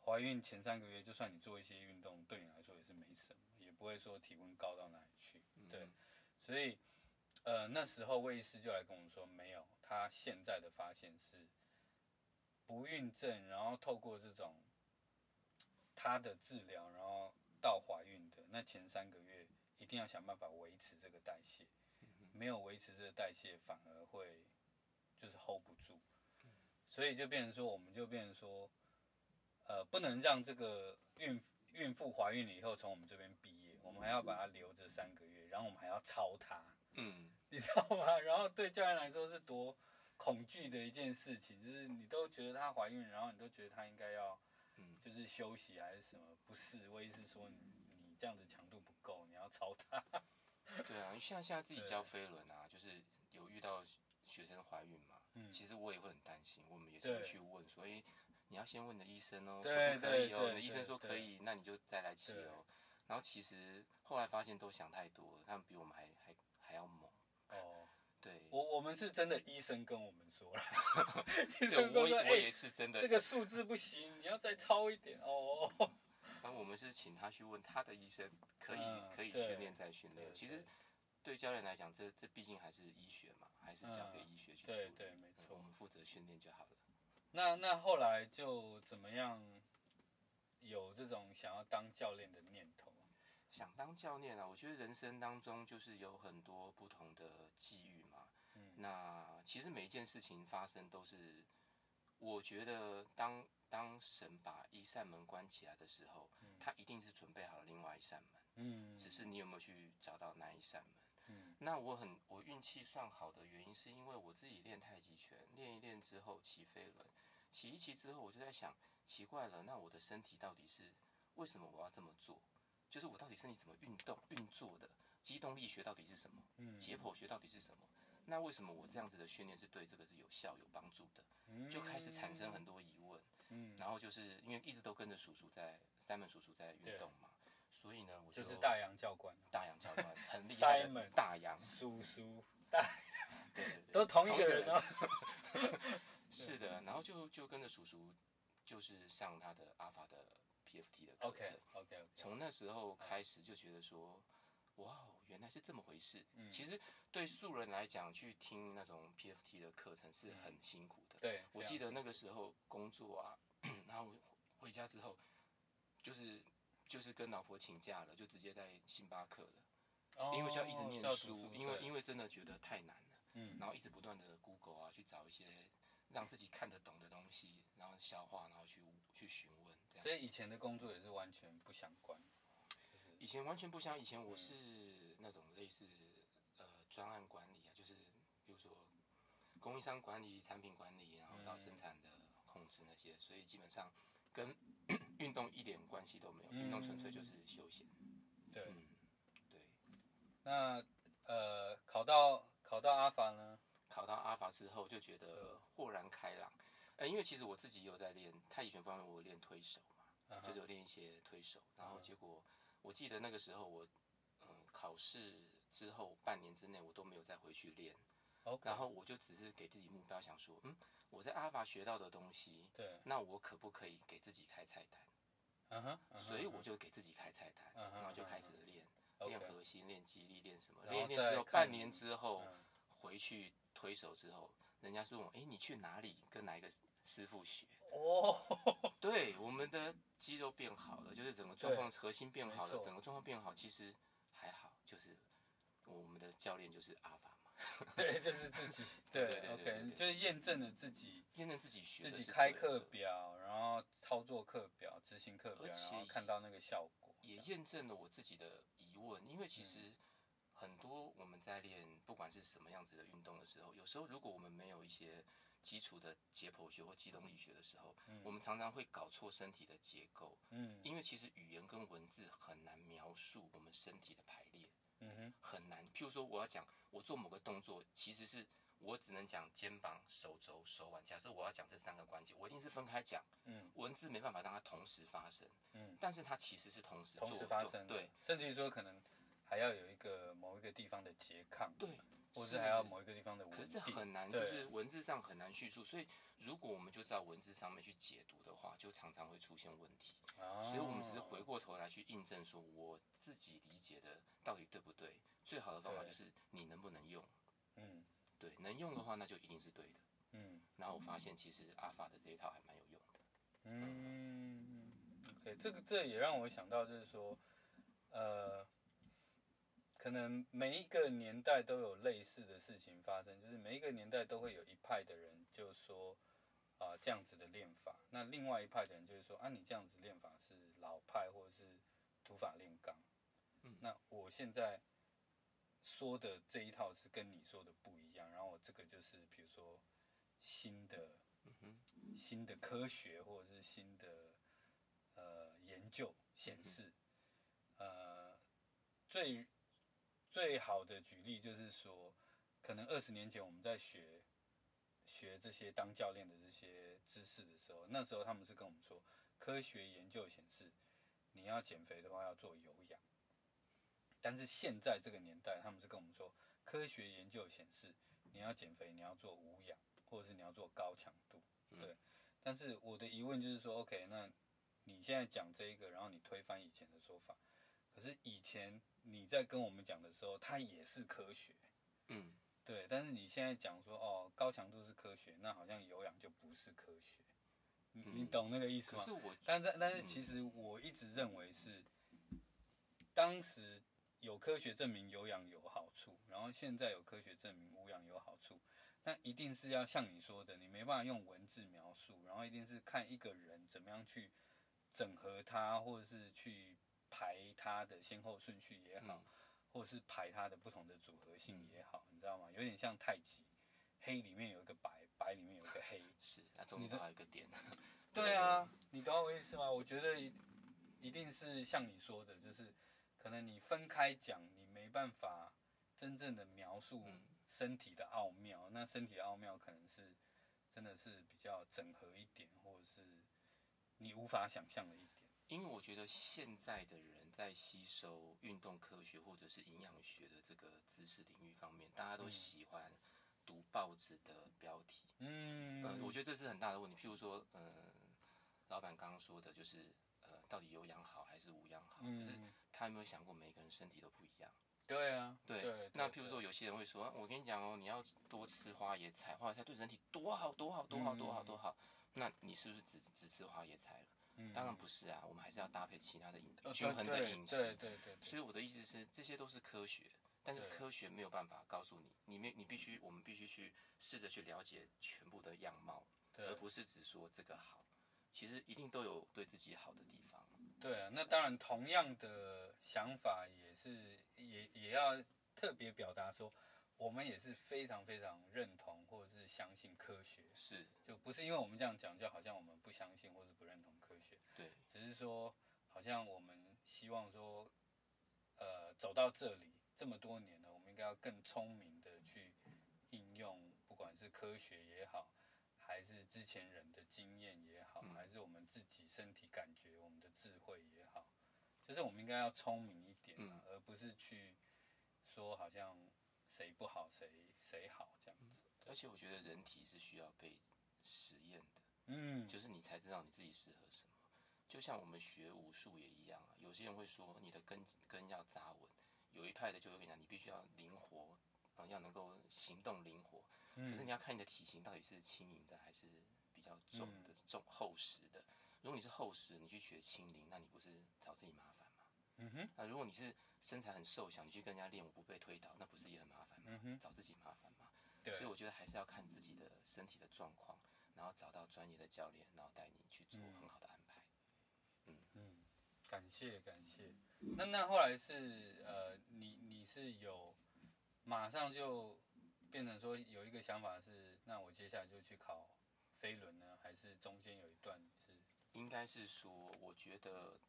Speaker 1: 怀孕前三个月，就算你做一些运动，对你来说也是没什么，也不会说体温高到哪里去。对，
Speaker 2: 嗯
Speaker 1: 所以，呃，那时候魏医师就来跟我们说，没有，他现在的发现是不孕症，然后透过这种他的治疗，然后到怀孕的那前三个月，一定要想办法维持这个代谢，没有维持这个代谢，反而会就是 hold 不住，所以就变成说，我们就变成说，呃，不能让这个孕孕妇怀孕了以后从我们这边毕业，我们还要把她留着三个月，然后我们还要操她，
Speaker 2: 嗯，
Speaker 1: 你知道吗？然后对教练来说是多恐惧的一件事情，就是你都觉得她怀孕，然后你都觉得她应该要
Speaker 2: 嗯，
Speaker 1: 就是休息还是什么，不是，我也是说你你这样子强度不够，你要操她，
Speaker 2: 对啊，因为像现在自己
Speaker 1: 对
Speaker 2: 教飞轮啊，就是有遇到学生怀孕嘛，
Speaker 1: 嗯
Speaker 2: 其实我也会很担心，我们也
Speaker 1: 对
Speaker 2: 是去问，所以你要先问你的医生哦，
Speaker 1: 对
Speaker 2: 可不可以
Speaker 1: 对
Speaker 2: 哦？
Speaker 1: 对
Speaker 2: 你的医生说可以，那你就再来骑
Speaker 1: 对
Speaker 2: 哦。然后其实后来发现都想太多了，他们比我们还还还要猛，
Speaker 1: 哦。
Speaker 2: 对，
Speaker 1: 我我们是真的医生跟我们说 了，医
Speaker 2: 对
Speaker 1: 生跟
Speaker 2: 我也
Speaker 1: 说，
Speaker 2: 我
Speaker 1: 哎、
Speaker 2: 也是真的
Speaker 1: 这，个数字不行，你要再超一点哦。
Speaker 2: 那我们是请他去问他的医生，可以
Speaker 1: 嗯
Speaker 2: 可以
Speaker 1: 对
Speaker 2: 训练再训练。其实对教练来讲，这这毕竟还是医学嘛，还是交给
Speaker 1: 嗯
Speaker 2: 医学去处
Speaker 1: 对
Speaker 2: 理。嗯
Speaker 1: 对没错
Speaker 2: 我们负责训练就好了。
Speaker 1: 那那后来就怎么样？有这种想要当教练的念头？
Speaker 2: 想当教练啊，我觉得人生当中就是有很多不同的际遇嘛。
Speaker 1: 嗯
Speaker 2: 那其实每一件事情发生都是，我觉得当当神把一扇门关起来的时候，他一定是准备好了另外一扇门，
Speaker 1: 嗯，
Speaker 2: 只是你有没有去找到那一扇门。
Speaker 1: 嗯
Speaker 2: 那我很我运气算好的原因，是因为我自己练太极拳，练一练之后骑飞轮，骑一骑之后，我就在想，奇怪了，那我的身体到底是为什么我要这么做？就是我到底身体怎么运动运作的？机动力学到底是什么？
Speaker 1: 嗯
Speaker 2: 解剖学到底是什么？那为什么我这样子的训练是对这个是有效有帮助的？就开始产生很多疑问。
Speaker 1: 嗯，
Speaker 2: 然后就是因为一直都跟着叔叔在 Simon 叔叔在运动嘛，所以呢，我
Speaker 1: 就是大洋教官
Speaker 2: 大洋教官很厉害的
Speaker 1: Simon
Speaker 2: 大洋，
Speaker 1: 叔叔，
Speaker 2: 对对对
Speaker 1: 都同一个人哦。
Speaker 2: 是的，然后就就跟着叔叔，就是上他的阿法的 PFT 的课
Speaker 1: OK
Speaker 2: 程。
Speaker 1: OK OK，
Speaker 2: 从那时候开始就觉得说，哇哦，原来是这么回事。
Speaker 1: 嗯
Speaker 2: 其实对素人来讲，去听那种 PFT 的课程是
Speaker 1: 嗯
Speaker 2: 很辛苦的。
Speaker 1: 对，
Speaker 2: 我记得那个时候工作啊，然后回家之后，就是就是跟老婆请假了，就直接在星巴克了，
Speaker 1: 这样子，
Speaker 2: 因为就要一直念书，因为因
Speaker 1: 为
Speaker 2: 为真的觉得太难了。
Speaker 1: 嗯
Speaker 2: 然后一直不断的 Google 啊，去找一些让自己看得懂的东西，然后消化，然后去去询问这样。
Speaker 1: 所以以前的工作也是完全不相关。
Speaker 2: 以前完全不像，以前我是那种类似呃专案管理啊，就是比如说供应商管理、产品管理，然后到
Speaker 1: 嗯
Speaker 2: 生产的控制那些，所以基本上跟 运动一点关系都没有，
Speaker 1: 嗯
Speaker 2: 运动纯粹就是休闲。嗯
Speaker 1: 对，
Speaker 2: 嗯，对。
Speaker 1: 那呃，考到考到阿法呢？
Speaker 2: 考到阿法之后，就觉得豁然开朗。呃，因为其实我自己有在练太极拳方面，我有练推手嘛，
Speaker 1: 嗯
Speaker 2: 就是
Speaker 1: 哼
Speaker 2: 有练一些推手。然后
Speaker 1: 嗯
Speaker 2: 结果我记得那个时候我，嗯，考试之后半年之内我都没有再回去练，
Speaker 1: ，OK，
Speaker 2: 然后我就只是给自己目标想说，嗯，我在阿法学到的东西，
Speaker 1: 对，
Speaker 2: 那我可不可以给自己开菜单？
Speaker 1: 嗯哼，嗯哼
Speaker 2: 所以我
Speaker 1: 嗯
Speaker 2: 就给自己开菜单，
Speaker 1: 嗯哼
Speaker 2: 然后就
Speaker 1: 嗯哼
Speaker 2: 开
Speaker 1: 嗯
Speaker 2: 始练，
Speaker 1: 哼
Speaker 2: 练
Speaker 1: OK，
Speaker 2: 核心，练肌力，练什么？
Speaker 1: 然
Speaker 2: 练
Speaker 1: 后
Speaker 2: 一练之
Speaker 1: 再
Speaker 2: 后，
Speaker 1: 看
Speaker 2: 半
Speaker 1: 你
Speaker 2: 年之后
Speaker 1: 嗯
Speaker 2: 回去推手之后，人家是问我，哎，你去哪里跟哪一个师师傅学？
Speaker 1: 哦，
Speaker 2: 对，我们的肌肉变好了，就是整个状
Speaker 1: 对
Speaker 2: 况核心变
Speaker 1: 没
Speaker 2: 好了，
Speaker 1: 错
Speaker 2: 整个状况变好，其实还好，就是我们的教练就是阿法嘛，
Speaker 1: 对，就是自己，
Speaker 2: 对对对对对
Speaker 1: ，OK，你就是验证了自己
Speaker 2: 验证自己学，
Speaker 1: 自己开课表，然后操作课表、执行课表，
Speaker 2: 而且
Speaker 1: 然后看到那个效果，
Speaker 2: 也验证了我自己的疑问，因为其
Speaker 1: 嗯
Speaker 2: 实很多我们在练不管是什么样子的运动的时候，有时候如果我们没有一些基础的解剖学或肌动力学的时候，
Speaker 1: 嗯
Speaker 2: 我们常常会搞错身体的结构，
Speaker 1: 嗯
Speaker 2: 因为其实语言跟文字很难描述我们身体的排列，
Speaker 1: 嗯哼，
Speaker 2: 很难。譬如说，我要讲我做某个动作，其实是我只能讲肩膀、手肘、手腕。假设我要讲这三个关节，我一定是分开讲，
Speaker 1: 嗯
Speaker 2: 文字没办法让它同时发生，
Speaker 1: 嗯，
Speaker 2: 但是它其实是同时做
Speaker 1: 同时发
Speaker 2: 做
Speaker 1: 生，
Speaker 2: 对，
Speaker 1: 甚至于说可能还要有一个某一个地方的拮抗，
Speaker 2: 对，
Speaker 1: 或是还要某一个地方的稳
Speaker 2: 可
Speaker 1: 定，
Speaker 2: 是这很难，就
Speaker 1: 对
Speaker 2: 是文字上很难叙述，所以如果我们就在文字上面去解读的话，就常常会出现问题。所以我们只是
Speaker 1: 哦
Speaker 2: 回过头来去印证，说我自己理解的到底对不对？最好的方法
Speaker 1: 对
Speaker 2: 就是你能不能用，
Speaker 1: 嗯
Speaker 2: 对，能用的话那就一定是对的。
Speaker 1: 嗯
Speaker 2: 然后我发现其实阿法的这一套还蛮有用的，
Speaker 1: 嗯，OK，这个这也让我想到，就是说，呃，可能每一个年代都有类似的事情发生，就是每一个年代都会有一派的人就说啊、这样子的练法，那另外一派的人就是说啊你这样子练法是老派或者是土法炼钢，
Speaker 2: 嗯
Speaker 1: 那我现在说的这一套是跟你说的不一样，然后我这个就是比如说新的。
Speaker 2: 嗯哼，
Speaker 1: 新的科学或者是新的呃研究显示，呃，最最好的举例就是说，可能二十年前我们在学学这些当教练的这些知识的时候，那时候他们是跟我们说，科学研究显示，你要减肥的话要做有氧。但是现在这个年代，他们是跟我们说，科学研究显示，你要减肥，你要做无氧，或者是你要做高强度。对但是我的疑问就是说，OK，那你现在讲这一个，然后你推翻以前的说法，可是以前你在跟我们讲的时候，它也是科学，
Speaker 2: 嗯，
Speaker 1: 对，但是你现在讲说哦，高强度是科学，那好像有氧就不是科学，你你
Speaker 2: 嗯
Speaker 1: 懂那个意思
Speaker 2: 可
Speaker 1: 吗
Speaker 2: 是？我
Speaker 1: 但是但是
Speaker 2: 嗯
Speaker 1: 其实我一直认为是，当时有科学证明有氧有好处，然后现在有科学证明无氧有好处，那一定是要像你说的，你没办法用文字描述，然后一定是看一个人怎么样去整合它，或者是去排它的先后顺序也好，
Speaker 2: 嗯
Speaker 1: 或者是排它的不同的组合性也好，你知道吗？有点像太极，黑里面有一个白，白里面有一个黑。
Speaker 2: 是，那中间
Speaker 1: 的
Speaker 2: 还有一个点，
Speaker 1: 对啊，你懂我意思吗？我觉得一一定是像你说的，就是可能你分开讲，你没办法真正的描述
Speaker 2: 嗯
Speaker 1: 身体的奥妙。那身体的奥妙可能是真的是比较整合一点，或者是你无法想象的一点。
Speaker 2: 因为我觉得现在的人在吸收运动科学或者是营养学的这个知识领域方面，大家都
Speaker 1: 嗯
Speaker 2: 喜欢读报纸的标题，
Speaker 1: 嗯
Speaker 2: 呃，我觉得这是很大的问题。譬如说，呃，老板刚刚说的，就是呃，到底有氧好还是无氧好？可是
Speaker 1: 嗯
Speaker 2: 他有没有想过，每个人身体都不一样？
Speaker 1: 对啊，
Speaker 2: 对。
Speaker 1: 对
Speaker 2: 那譬如说，，有些人会说，啊我跟你讲哦，你要多吃花椰菜，花椰菜对人体多好多好多好多
Speaker 1: 嗯
Speaker 2: 好多好。那你是不是只只吃花椰菜了？当然不是啊，我们还是要搭配其他的饮
Speaker 1: 呃对
Speaker 2: 均衡的饮食。
Speaker 1: 对对对对，
Speaker 2: 所以我的意思是，这些都是科学，但是
Speaker 1: 对
Speaker 2: 科学没有办法告诉你，你没你必须，我们必须去试着去了解全部的样貌。
Speaker 1: 对
Speaker 2: 而不是只说这个好。其实一定都有对自己好的地方，
Speaker 1: 对啊，那当然，同样的想法也是也也要特别表达说，我们也是非常非常认同或者是相信科学，
Speaker 2: 是
Speaker 1: 就不是因为我们这样讲，就好像我们不相信或是不认同科学，
Speaker 2: 对，
Speaker 1: 只是说好像我们希望说，呃，走到这里这么多年了，我们应该要更聪明的去应用，不管是科学也好，还是之前人的经验也好，
Speaker 2: 嗯
Speaker 1: 还是我们自己身体感觉、我们的智慧也好，就是我们应该要聪明一点、
Speaker 2: 嗯
Speaker 1: 啊，而不是去说好像谁不好谁谁好这样子。
Speaker 2: 而且我觉得人体是需要被实验的，
Speaker 1: 嗯，
Speaker 2: 就是你才知道你自己适合什么。就像我们学武术也一样啊，有些人会说你的根根要扎稳，有一派的就会跟你讲你必须要灵活，啊，要能够行动灵活。
Speaker 1: 嗯
Speaker 2: 可是你要看你的体型到底是轻盈的还是比较重的、重厚实的。如果你是厚实，你去学轻灵，那你不是找自己麻烦吗？
Speaker 1: 嗯哼，
Speaker 2: 那如果你是身材很瘦小，你去跟人家练舞不被推倒，那不是也很麻烦吗？
Speaker 1: 嗯哼
Speaker 2: 找自己麻烦吗？
Speaker 1: 对
Speaker 2: 所以我觉得还是要看自己的身体的状况，然后找到专业的教练，然后带你去做很好的安排。
Speaker 1: 嗯，感谢感谢。那那后来是呃，你你是有马上就变成说有一个想法是，那我接下来就去考飞轮呢，还是中间有一段你是
Speaker 2: 应该是说，我觉得，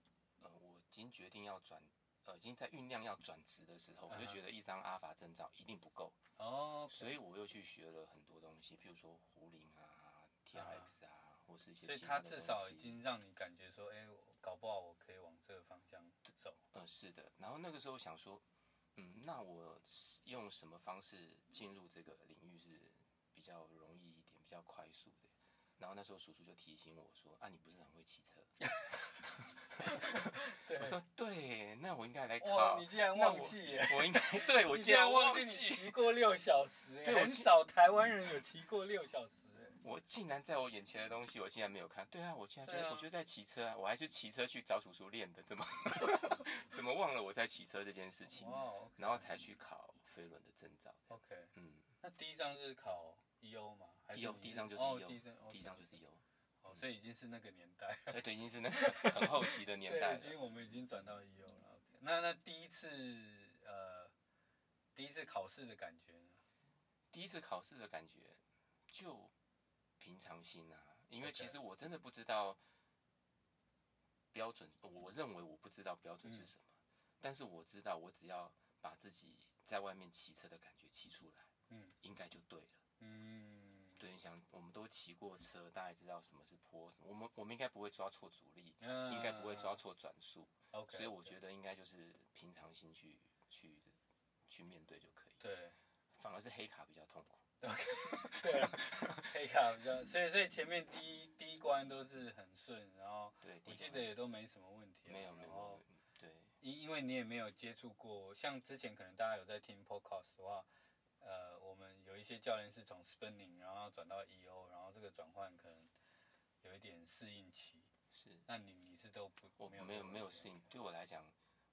Speaker 2: 呃，我已经决定要转，呃，已经在酝酿要转职的时候，我就
Speaker 1: 嗯哼
Speaker 2: 觉得一张阿法证照一定不够，
Speaker 1: 哦，
Speaker 2: 所以我又去学了很多东西，譬如说胡林啊、TRX 啊，或是一些
Speaker 1: 所以
Speaker 2: 其他
Speaker 1: 他
Speaker 2: 的东西。
Speaker 1: 至少已经让你感觉说，哎、我搞不好我可以往这个方向走。
Speaker 2: 呃，是的。然后那个时候想说，嗯，那我是用什么方式进入这个领域是比较容易一点、比较快速的？然后那时候叔叔就提醒我说：“啊，你不是很会骑车？”
Speaker 1: 对
Speaker 2: 我说：“对，那我应该来
Speaker 1: 哎哇，
Speaker 2: 考
Speaker 1: 你。竟然
Speaker 2: 那
Speaker 1: 忘记耶！
Speaker 2: 我我应该对我
Speaker 1: 你
Speaker 2: 竟然
Speaker 1: 忘
Speaker 2: 忘
Speaker 1: 记你骑过六小时耶，
Speaker 2: 对我
Speaker 1: 很
Speaker 2: 骑
Speaker 1: 少台湾人有骑过六小时耶。
Speaker 2: 我竟然在我眼前的东西，我竟然没有看。对啊，我竟然就、
Speaker 1: 对啊
Speaker 2: 我就在骑车啊，我还是骑车去找叔叔练的，怎么 怎么忘了我在骑车这件事情？
Speaker 1: 哇，OK，
Speaker 2: 然后才去考飞轮的证照。
Speaker 1: OK。
Speaker 2: 嗯，
Speaker 1: 那第一张就是考 EO 嘛？还是
Speaker 2: EO
Speaker 1: 你
Speaker 2: E 第一张就是
Speaker 1: 哦
Speaker 2: EO
Speaker 1: 第一张，
Speaker 2: 第一张就是有。E
Speaker 1: 哦，所以已经是那个年代，
Speaker 2: 哎，对，已经是那个很后期的年代
Speaker 1: 对，已
Speaker 2: 了。
Speaker 1: 经我们已经转到 EO 了。OK，那那第一次呃，第一次考试的感觉呢？
Speaker 2: 第一次考试的感觉就平常心啊，因为
Speaker 1: OK
Speaker 2: 其实我真的不知道标准，我认为我不知道标准
Speaker 1: 嗯
Speaker 2: 是什么，但是我知道我只要把自己在外面骑车的感觉骑出来，
Speaker 1: 嗯，
Speaker 2: 应该就对了。
Speaker 1: 嗯，
Speaker 2: 对，你想，我们都骑过车，大概知道什么是坡，什么我们我们应该不会抓错阻力，
Speaker 1: 嗯，
Speaker 2: 应该不会抓错转速，
Speaker 1: OK，
Speaker 2: 所以我觉得应该就是平常心去去去面对就可以。
Speaker 1: 对
Speaker 2: 反而是黑卡比较痛苦。
Speaker 1: 对啊， 黑卡比较，所以所以前面第一第一关都是很顺，然后
Speaker 2: 对，
Speaker 1: 我
Speaker 2: 第一
Speaker 1: 记
Speaker 2: 关
Speaker 1: 得也都没什么问题啊，
Speaker 2: 没有没
Speaker 1: 然
Speaker 2: 有没
Speaker 1: 后
Speaker 2: 有，对，
Speaker 1: 因因为你也没有接触过，像之前可能大家有在听 podcast 的话，呃，我们有一些教练是从 spinning 然后转到 EO，然后这个转换可能有一点适应期。
Speaker 2: 是
Speaker 1: 那你你是都不
Speaker 2: 我
Speaker 1: 没有
Speaker 2: 没有
Speaker 1: 这个
Speaker 2: 没有
Speaker 1: 问题
Speaker 2: 适应。对我来讲，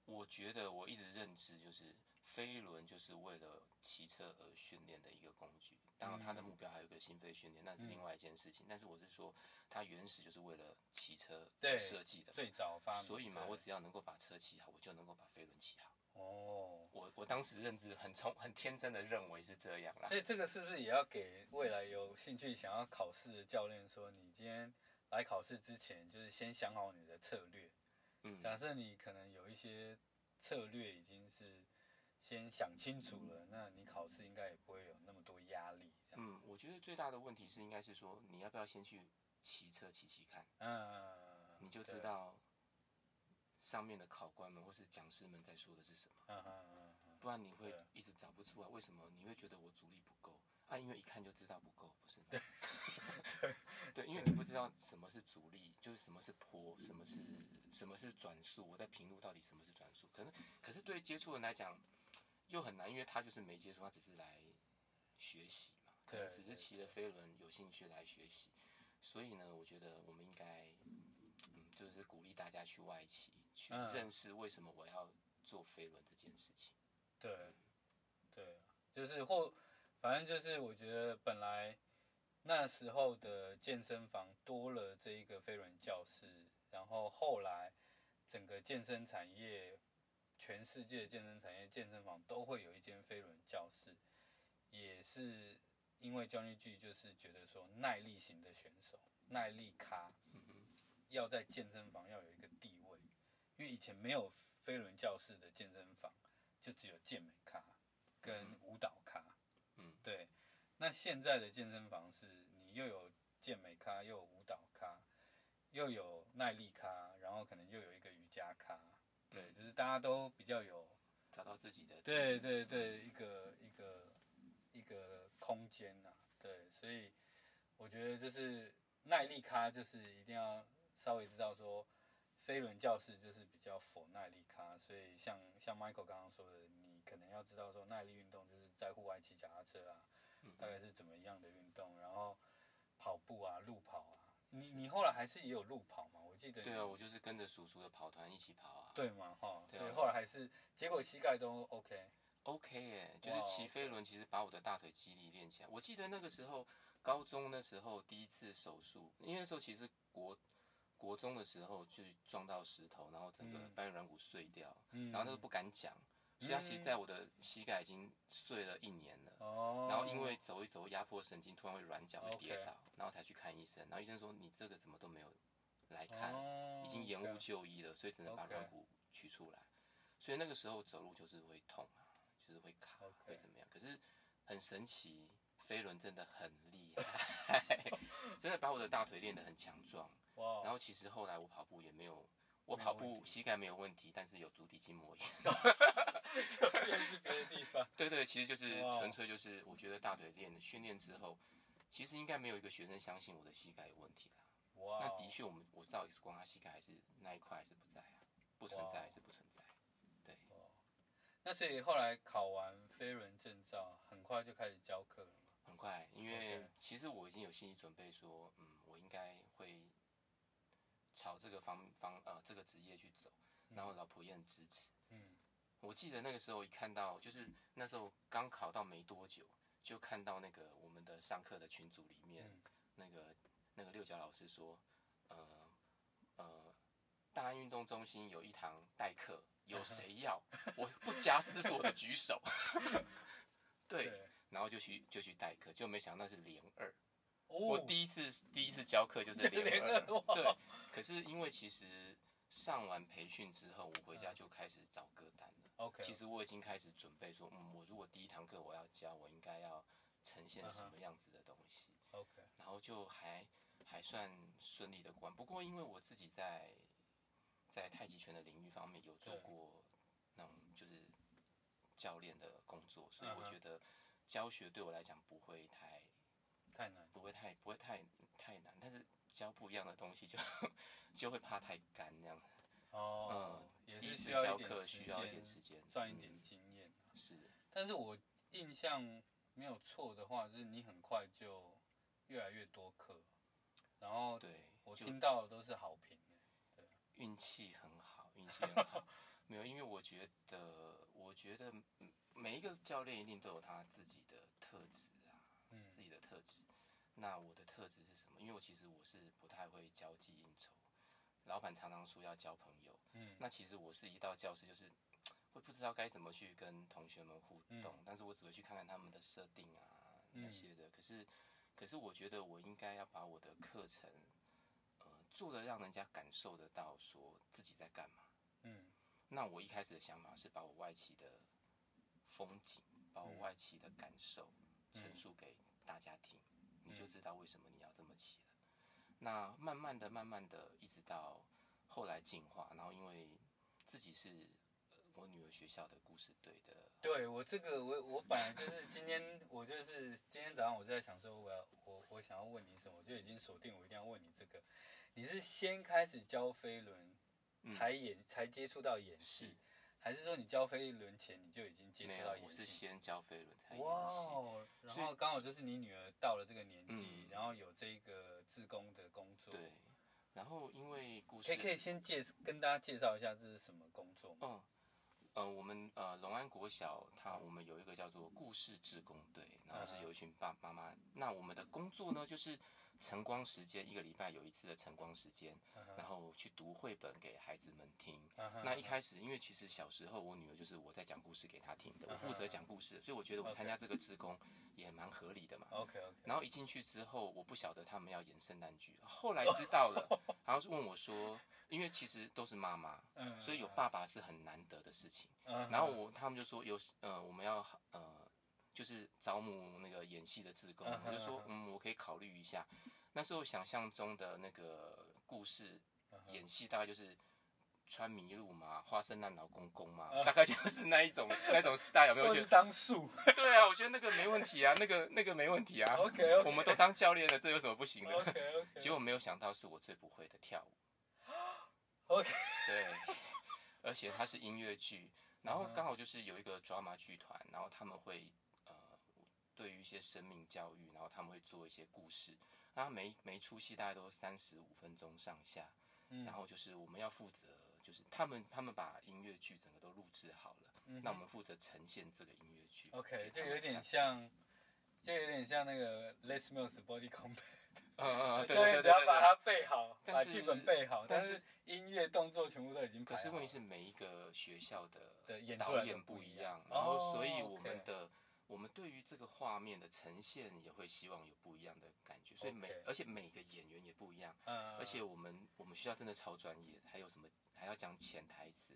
Speaker 2: 我觉得我一直认知就是飞轮就是为了骑车而训练的一个工具。当然，它的目标还有一个心肺训练，那
Speaker 1: 嗯
Speaker 2: 是另外一件事情。但是我是说，它原始就是为了骑车
Speaker 1: 对
Speaker 2: 设计的。
Speaker 1: 最早发明，
Speaker 2: 所以嘛，
Speaker 1: 对
Speaker 2: 我只要能够把车骑好，我就能够把飞轮骑好。
Speaker 1: 哦，
Speaker 2: 我我当时认知很冲很天真的认为是这样啦
Speaker 1: 所。以这个是不是也要给未来有兴趣想要考试的教练说，你今天来考试之前，就是先想好你的策略，
Speaker 2: 嗯，
Speaker 1: 假设你可能有一些策略已经是先想清楚
Speaker 2: 嗯
Speaker 1: 了，那你考试应该也不会有那么多压力。这样，
Speaker 2: 嗯，我觉得最大的问题是应该是说，你要不要先去骑车骑骑看？
Speaker 1: 嗯，
Speaker 2: 你就
Speaker 1: 对
Speaker 2: 知，道上面的考官们或是讲师们在说的是什么，
Speaker 1: 嗯嗯嗯嗯，
Speaker 2: 不然你会
Speaker 1: 对
Speaker 2: 一直找不出来为什么你会觉得我阻力不够啊？因为一看就知道不够，不是吗？ 对，因为你不知道什么是阻力，就是什么是坡，什么是什么是转速，我在平路到底什么是转速？可能可是对接触人来讲又很难，因为他就是没接触，他只是来学习嘛，可能
Speaker 1: 对
Speaker 2: 只
Speaker 1: 对
Speaker 2: 是骑了飞轮有兴趣来学习，所以呢，我觉得我们应该嗯，就是鼓励大家去外企去
Speaker 1: 嗯
Speaker 2: 认识为什么我要做飞轮这件事情。
Speaker 1: 对，对，啊就是或反正就是我觉得本来那时候的健身房多了这一个飞轮教室，然后后来整个健身产业，全世界的健身产业健身房都会有一间飞轮教室，也是因为 Johnny G 就是觉得说耐力型的选手，耐力咖，要在健身房要有一个地位，因为以前没有飞轮教室的健身房，就只有健美咖跟舞蹈咖，
Speaker 2: 嗯，
Speaker 1: 对。那现在的健身房是你又有健美咖，又有舞蹈咖，又有耐力咖，然后可能又有一个瑜伽咖，对，就是大家都比较有，
Speaker 2: 找到自己的
Speaker 1: 嗯对对对，一个一个一个空间呐、对，所以我觉得就是耐力咖，就是一定要稍微知道说，飞轮教室就是比较否耐力咖，所以像像 Michael 刚刚说的，你可能要知道说耐力运动就是在户外骑脚踏车啊，
Speaker 2: 嗯
Speaker 1: 大概是怎么样的运动，然后跑步啊、路跑啊。你你后来还是也有路跑嘛？我记得
Speaker 2: 对啊，我就是跟着叔叔的跑团一起跑啊。
Speaker 1: 对嘛哈，
Speaker 2: 对啊
Speaker 1: 所以后来还是结果膝盖都 OK，
Speaker 2: ，OK 耶，就
Speaker 1: 哇
Speaker 2: 是骑飞轮，其实把我的大腿肌力练起来。我记得那个时候，高中那时候第一次手术，因为那时候其实国国中的时候就撞到石头，然后整个
Speaker 1: 嗯
Speaker 2: 半月软骨碎掉，
Speaker 1: 嗯，
Speaker 2: 然后那个不敢讲，所以它其
Speaker 1: 嗯
Speaker 2: 实在我的膝盖已经碎了一年了。
Speaker 1: 哦，
Speaker 2: 然后因为走一走，压迫神经突然会软脚，会
Speaker 1: OK
Speaker 2: 跌倒，然后才去看医生。然后医生说你这个怎么都没有来看，
Speaker 1: 哦
Speaker 2: 已经延误
Speaker 1: OK
Speaker 2: 就医了，所以只能把
Speaker 1: OK
Speaker 2: 软骨取出来。所以那个时候走路就是会痛啊，就是会卡
Speaker 1: OK
Speaker 2: 会怎么样？可是很神奇，飞轮真的很厉害， 真的把我的大腿练得很强壮。
Speaker 1: 哇，
Speaker 2: 然后其实后来我跑步也没有，我
Speaker 1: 哦没有
Speaker 2: 跑
Speaker 1: 问
Speaker 2: 步膝盖没有问题，但是有足底筋膜炎。
Speaker 1: 又是别的地方，
Speaker 2: 对对，其实就是
Speaker 1: 哇
Speaker 2: 纯粹就是，我觉得大腿练训练之后，其实应该没有一个学生相信我的膝盖有问题啦。
Speaker 1: 哇，哦
Speaker 2: 那的确，我们我照 X 光，他膝盖还是那一块还是不在啊，不存在
Speaker 1: 哇
Speaker 2: 还是不存在。对，
Speaker 1: 哇，那所以后来考完飞轮证照，很快就开始教课了嘛，
Speaker 2: 很快，因为
Speaker 1: OK
Speaker 2: 其实我已经有心理准备说，嗯，我应该会朝这个方方呃这个职业去走，然后老婆也很支持。
Speaker 1: 嗯，
Speaker 2: 我记得那个时候一看到，就是那时候刚考到没多久，就看到那个我们的上课的群组里面，
Speaker 1: 嗯
Speaker 2: 那个那个六角老师说，呃呃，大安运动中心有一堂代课，
Speaker 1: 嗯
Speaker 2: 有谁要？我不假思索的举手。 对，
Speaker 1: 对，
Speaker 2: 然后就去就去代课，就没想到是连二。我
Speaker 1: 哦，
Speaker 2: 第一次第一次教课就是
Speaker 1: 连
Speaker 2: 连
Speaker 1: 二
Speaker 2: 二，
Speaker 1: 哇
Speaker 2: 对。可是因为其实上完培训之后，我回家就开始找歌单了。
Speaker 1: OK，
Speaker 2: 其实我已经开始准备说，嗯，我如果第一堂课我要教，我应该要呈现
Speaker 1: 嗯
Speaker 2: 什么样子的东西，
Speaker 1: OK，
Speaker 2: 然后就还还算顺利的过关。不过因为我自己在在太极拳的领域方面有做
Speaker 1: 对
Speaker 2: 过那种就是教练的工作，所以
Speaker 1: 嗯
Speaker 2: 我
Speaker 1: 哼
Speaker 2: 觉得教学对我来讲不会太
Speaker 1: 太难，
Speaker 2: 不会太不会太太难，但是教不一样的东西就就会怕太干这样。
Speaker 1: 哦，也
Speaker 2: 嗯第一
Speaker 1: 是
Speaker 2: 次
Speaker 1: 需要
Speaker 2: 教
Speaker 1: 一点
Speaker 2: 课
Speaker 1: 时
Speaker 2: 需要一点时
Speaker 1: 间，
Speaker 2: 间，
Speaker 1: 赚一
Speaker 2: 嗯
Speaker 1: 点经验。
Speaker 2: 是。
Speaker 1: 但是我印象没有错的话，就是你很快就越来越多课，然后
Speaker 2: 对，
Speaker 1: 我
Speaker 2: 就
Speaker 1: 听到的都是好评欸、
Speaker 2: 运气很好，运气很好。没有，因为我觉得，我觉得嗯每一个教练一定都有他自己的特质啊，
Speaker 1: 嗯
Speaker 2: 自己的特质。那我的特质是什么？因为我其实我是不太会交际应酬，老板常常说要交朋友，
Speaker 1: 嗯，
Speaker 2: 那其实我是一到教室就是会不知道该怎么去跟同学们互动，但是我只会去看看他们的设定啊那
Speaker 1: 嗯
Speaker 2: 些的。可是，可是我觉得我应该要把我的课程，呃，做的让人家感受得到，说自己在干嘛。
Speaker 1: 嗯
Speaker 2: 那我一开始的想法是把我外企的风景，把
Speaker 1: 嗯
Speaker 2: 我外企的感受陈述给大家听，你
Speaker 1: 嗯
Speaker 2: 就知道为什么你要这么骑了。那慢慢的、慢慢的，一直到后来进化，然后因为自己是呃我女儿学校的故事队的，
Speaker 1: 对我这个我我本来就是今天我就是今天早上我就在想说我要我我想要问你什么，我就已经锁定我一定要问你这个。你是先开始教飞轮，
Speaker 2: 嗯
Speaker 1: 才演、才接触到演戏
Speaker 2: 是，
Speaker 1: 还是说你教飞轮前你就已经接
Speaker 2: 没
Speaker 1: 触
Speaker 2: 有
Speaker 1: 到，演
Speaker 2: 我
Speaker 1: 戏？
Speaker 2: 是先教飞轮才演
Speaker 1: 哇
Speaker 2: 戏，
Speaker 1: 哦！然
Speaker 2: 哎所以
Speaker 1: 后刚好就是你女儿到了这个年纪，
Speaker 2: 嗯
Speaker 1: 然后有这个自工的工作，
Speaker 2: 对。然后因为故
Speaker 1: 可
Speaker 2: 事
Speaker 1: 以可以先介跟大家介绍一下这是什么工作吗？
Speaker 2: 嗯，呃，我们呃龙安国小，它我们有一个叫做故事志工队，然后是有一群爸妈妈。那我们的工作呢，就是晨光时间，一个礼拜有一次的晨光时间，
Speaker 1: 嗯啊
Speaker 2: 然后去读绘本给孩子们听。哦那一开始，因为其实小时候我女儿就是我在讲故事给她听的，我负责讲故事的，所以我觉得我参加这个志工也蛮合理的嘛。
Speaker 1: OK OK，
Speaker 2: 然后一进去之后，我不晓得他们要演圣诞剧，后来知道了，然后是问我说，因为其实都是妈妈，
Speaker 1: 嗯
Speaker 2: 所以有爸爸是很难得的事情。
Speaker 1: 嗯
Speaker 2: 然后我他们就说有呃我们要呃就是招募那个演戏的志工
Speaker 1: 嗯，哼
Speaker 2: 我就说
Speaker 1: 嗯哼
Speaker 2: 嗯，我可以考虑一下。那时候想象中的那个故事
Speaker 1: 嗯哼
Speaker 2: 演戏大概就是穿麋鹿嘛，花生烂老公公嘛
Speaker 1: 嗯，
Speaker 2: 大概就是那一种那种大家有没有
Speaker 1: 或
Speaker 2: 觉
Speaker 1: 是
Speaker 2: 得？
Speaker 1: 当树
Speaker 2: 对啊，我觉得那个没问题啊，那个那个没问题啊。
Speaker 1: OK，OK
Speaker 2: 我们都当教练了，这有什么 不行的？
Speaker 1: ，OK OK，
Speaker 2: 结果没有想到是我最不会的跳舞。
Speaker 1: OK
Speaker 2: 对，而且它是音乐剧，然后
Speaker 1: 嗯哼
Speaker 2: 刚好就是有一个 drama 剧团，然后他们会呃，对于一些生命教育，然后他们会做一些故事。那每每一出戏大概都三十五分钟上下，
Speaker 1: 嗯
Speaker 2: 然后就是我们要负责，就是他们他们把音乐剧整个都录制好了，
Speaker 1: 嗯
Speaker 2: 那我们负责呈现这个音乐剧。
Speaker 1: OK，
Speaker 2: 这
Speaker 1: 这个有点像，就有点像那个 Les Mills Body Combat，
Speaker 2: 嗯嗯 嗯，对
Speaker 1: 教
Speaker 2: 对
Speaker 1: 练
Speaker 2: 对
Speaker 1: 只要
Speaker 2: 对
Speaker 1: 把
Speaker 2: 对
Speaker 1: 它背好，
Speaker 2: 但
Speaker 1: 把
Speaker 2: 是
Speaker 1: 剧本背好，但
Speaker 2: 但
Speaker 1: 是
Speaker 2: 是
Speaker 1: 音乐动作全部都已经排
Speaker 2: 可
Speaker 1: 好。
Speaker 2: 是问题是，每一个学校的
Speaker 1: 的演出
Speaker 2: 导
Speaker 1: 来都
Speaker 2: 演
Speaker 1: 不
Speaker 2: 不
Speaker 1: 一
Speaker 2: 一
Speaker 1: 样
Speaker 2: 样，然后
Speaker 1: 哦
Speaker 2: 所以
Speaker 1: OK
Speaker 2: 我们的、我们对于这个画面的呈现也会希望有不一样的感觉，所以每
Speaker 1: OK
Speaker 2: 而且每个演员也不一样，
Speaker 1: 嗯，
Speaker 2: 而且我们我们学校真的超专业，还有什么还要讲潜台词。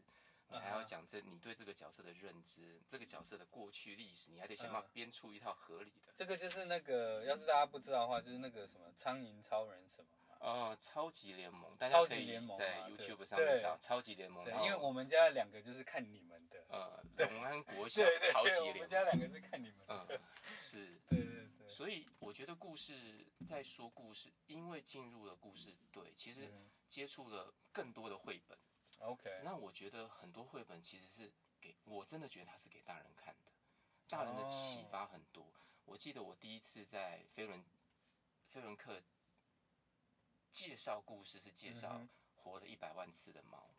Speaker 2: 你
Speaker 1: 嗯
Speaker 2: 还要讲这你对这个角色的认知，这个角色的过去历史，你还得想办法
Speaker 1: 嗯
Speaker 2: 编出一套合理的。
Speaker 1: 这个就是那
Speaker 2: 嗯
Speaker 1: 个，要是大家不知道的话，就是那个什么苍蝇超人什么嘛。
Speaker 2: 哦，超级联盟，大
Speaker 1: 超
Speaker 2: 家可
Speaker 1: 级
Speaker 2: 以
Speaker 1: 联盟
Speaker 2: 在
Speaker 1: 嘛对
Speaker 2: YouTube 上面
Speaker 1: 对
Speaker 2: 找超级联盟。
Speaker 1: 对
Speaker 2: 然，后
Speaker 1: 因为我们家两个就是看你们的。
Speaker 2: 呃，永安国小
Speaker 1: 对对
Speaker 2: 超
Speaker 1: 对，
Speaker 2: 级
Speaker 1: 我
Speaker 2: 联
Speaker 1: 们家
Speaker 2: 盟，
Speaker 1: 两个是看你们的。
Speaker 2: 嗯，是。
Speaker 1: 对对对。
Speaker 2: 所以我觉得故事在说故事，因为进入了故事对，其实
Speaker 1: 嗯
Speaker 2: 接触了更多的绘本。
Speaker 1: OK，
Speaker 2: 那我觉得很多绘本其实是给我真的觉得它是给大人看的，大人的
Speaker 1: 哦
Speaker 2: 启发很多。我记得我第一次在飞轮飞轮课介绍故事是介绍
Speaker 1: 嗯
Speaker 2: 活了一百万次的猫。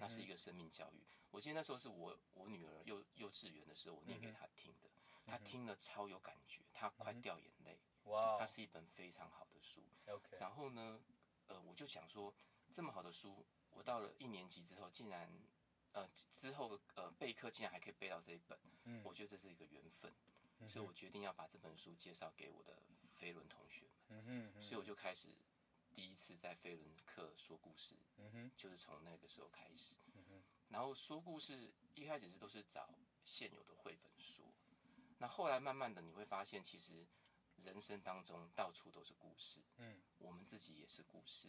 Speaker 2: 那是一
Speaker 1: 个
Speaker 2: 个生命教育。我记得那时候是我我女儿幼幼稚园的时候，我念给
Speaker 1: 嗯哼
Speaker 2: 她听的，她
Speaker 1: 嗯哼
Speaker 2: 听了超有感觉，她快
Speaker 1: 嗯哼
Speaker 2: 掉眼泪。
Speaker 1: 哇哦
Speaker 2: 它是一本非常好的书。
Speaker 1: ，OK，
Speaker 2: 然后呢，呃，我就想说，这么好的书，我到了一年级之后，竟然，呃，之后呃备课竟然还可以背到这一本，
Speaker 1: 嗯
Speaker 2: 我觉得这是一个缘分，
Speaker 1: 嗯
Speaker 2: 所以
Speaker 1: 哼
Speaker 2: 我决定要把这本书介绍给我的飞轮同学们，
Speaker 1: 嗯哼嗯哼，
Speaker 2: 所以我就开始第一次在飞轮课说故事，
Speaker 1: 嗯哼
Speaker 2: 就是从那个时候开始。
Speaker 1: 嗯哼
Speaker 2: 然后说故事一开始是都是找现有的绘本说，那后来慢慢的你会发现，其实人生当中到处都是故事，
Speaker 1: 嗯
Speaker 2: 我们自己也是故事，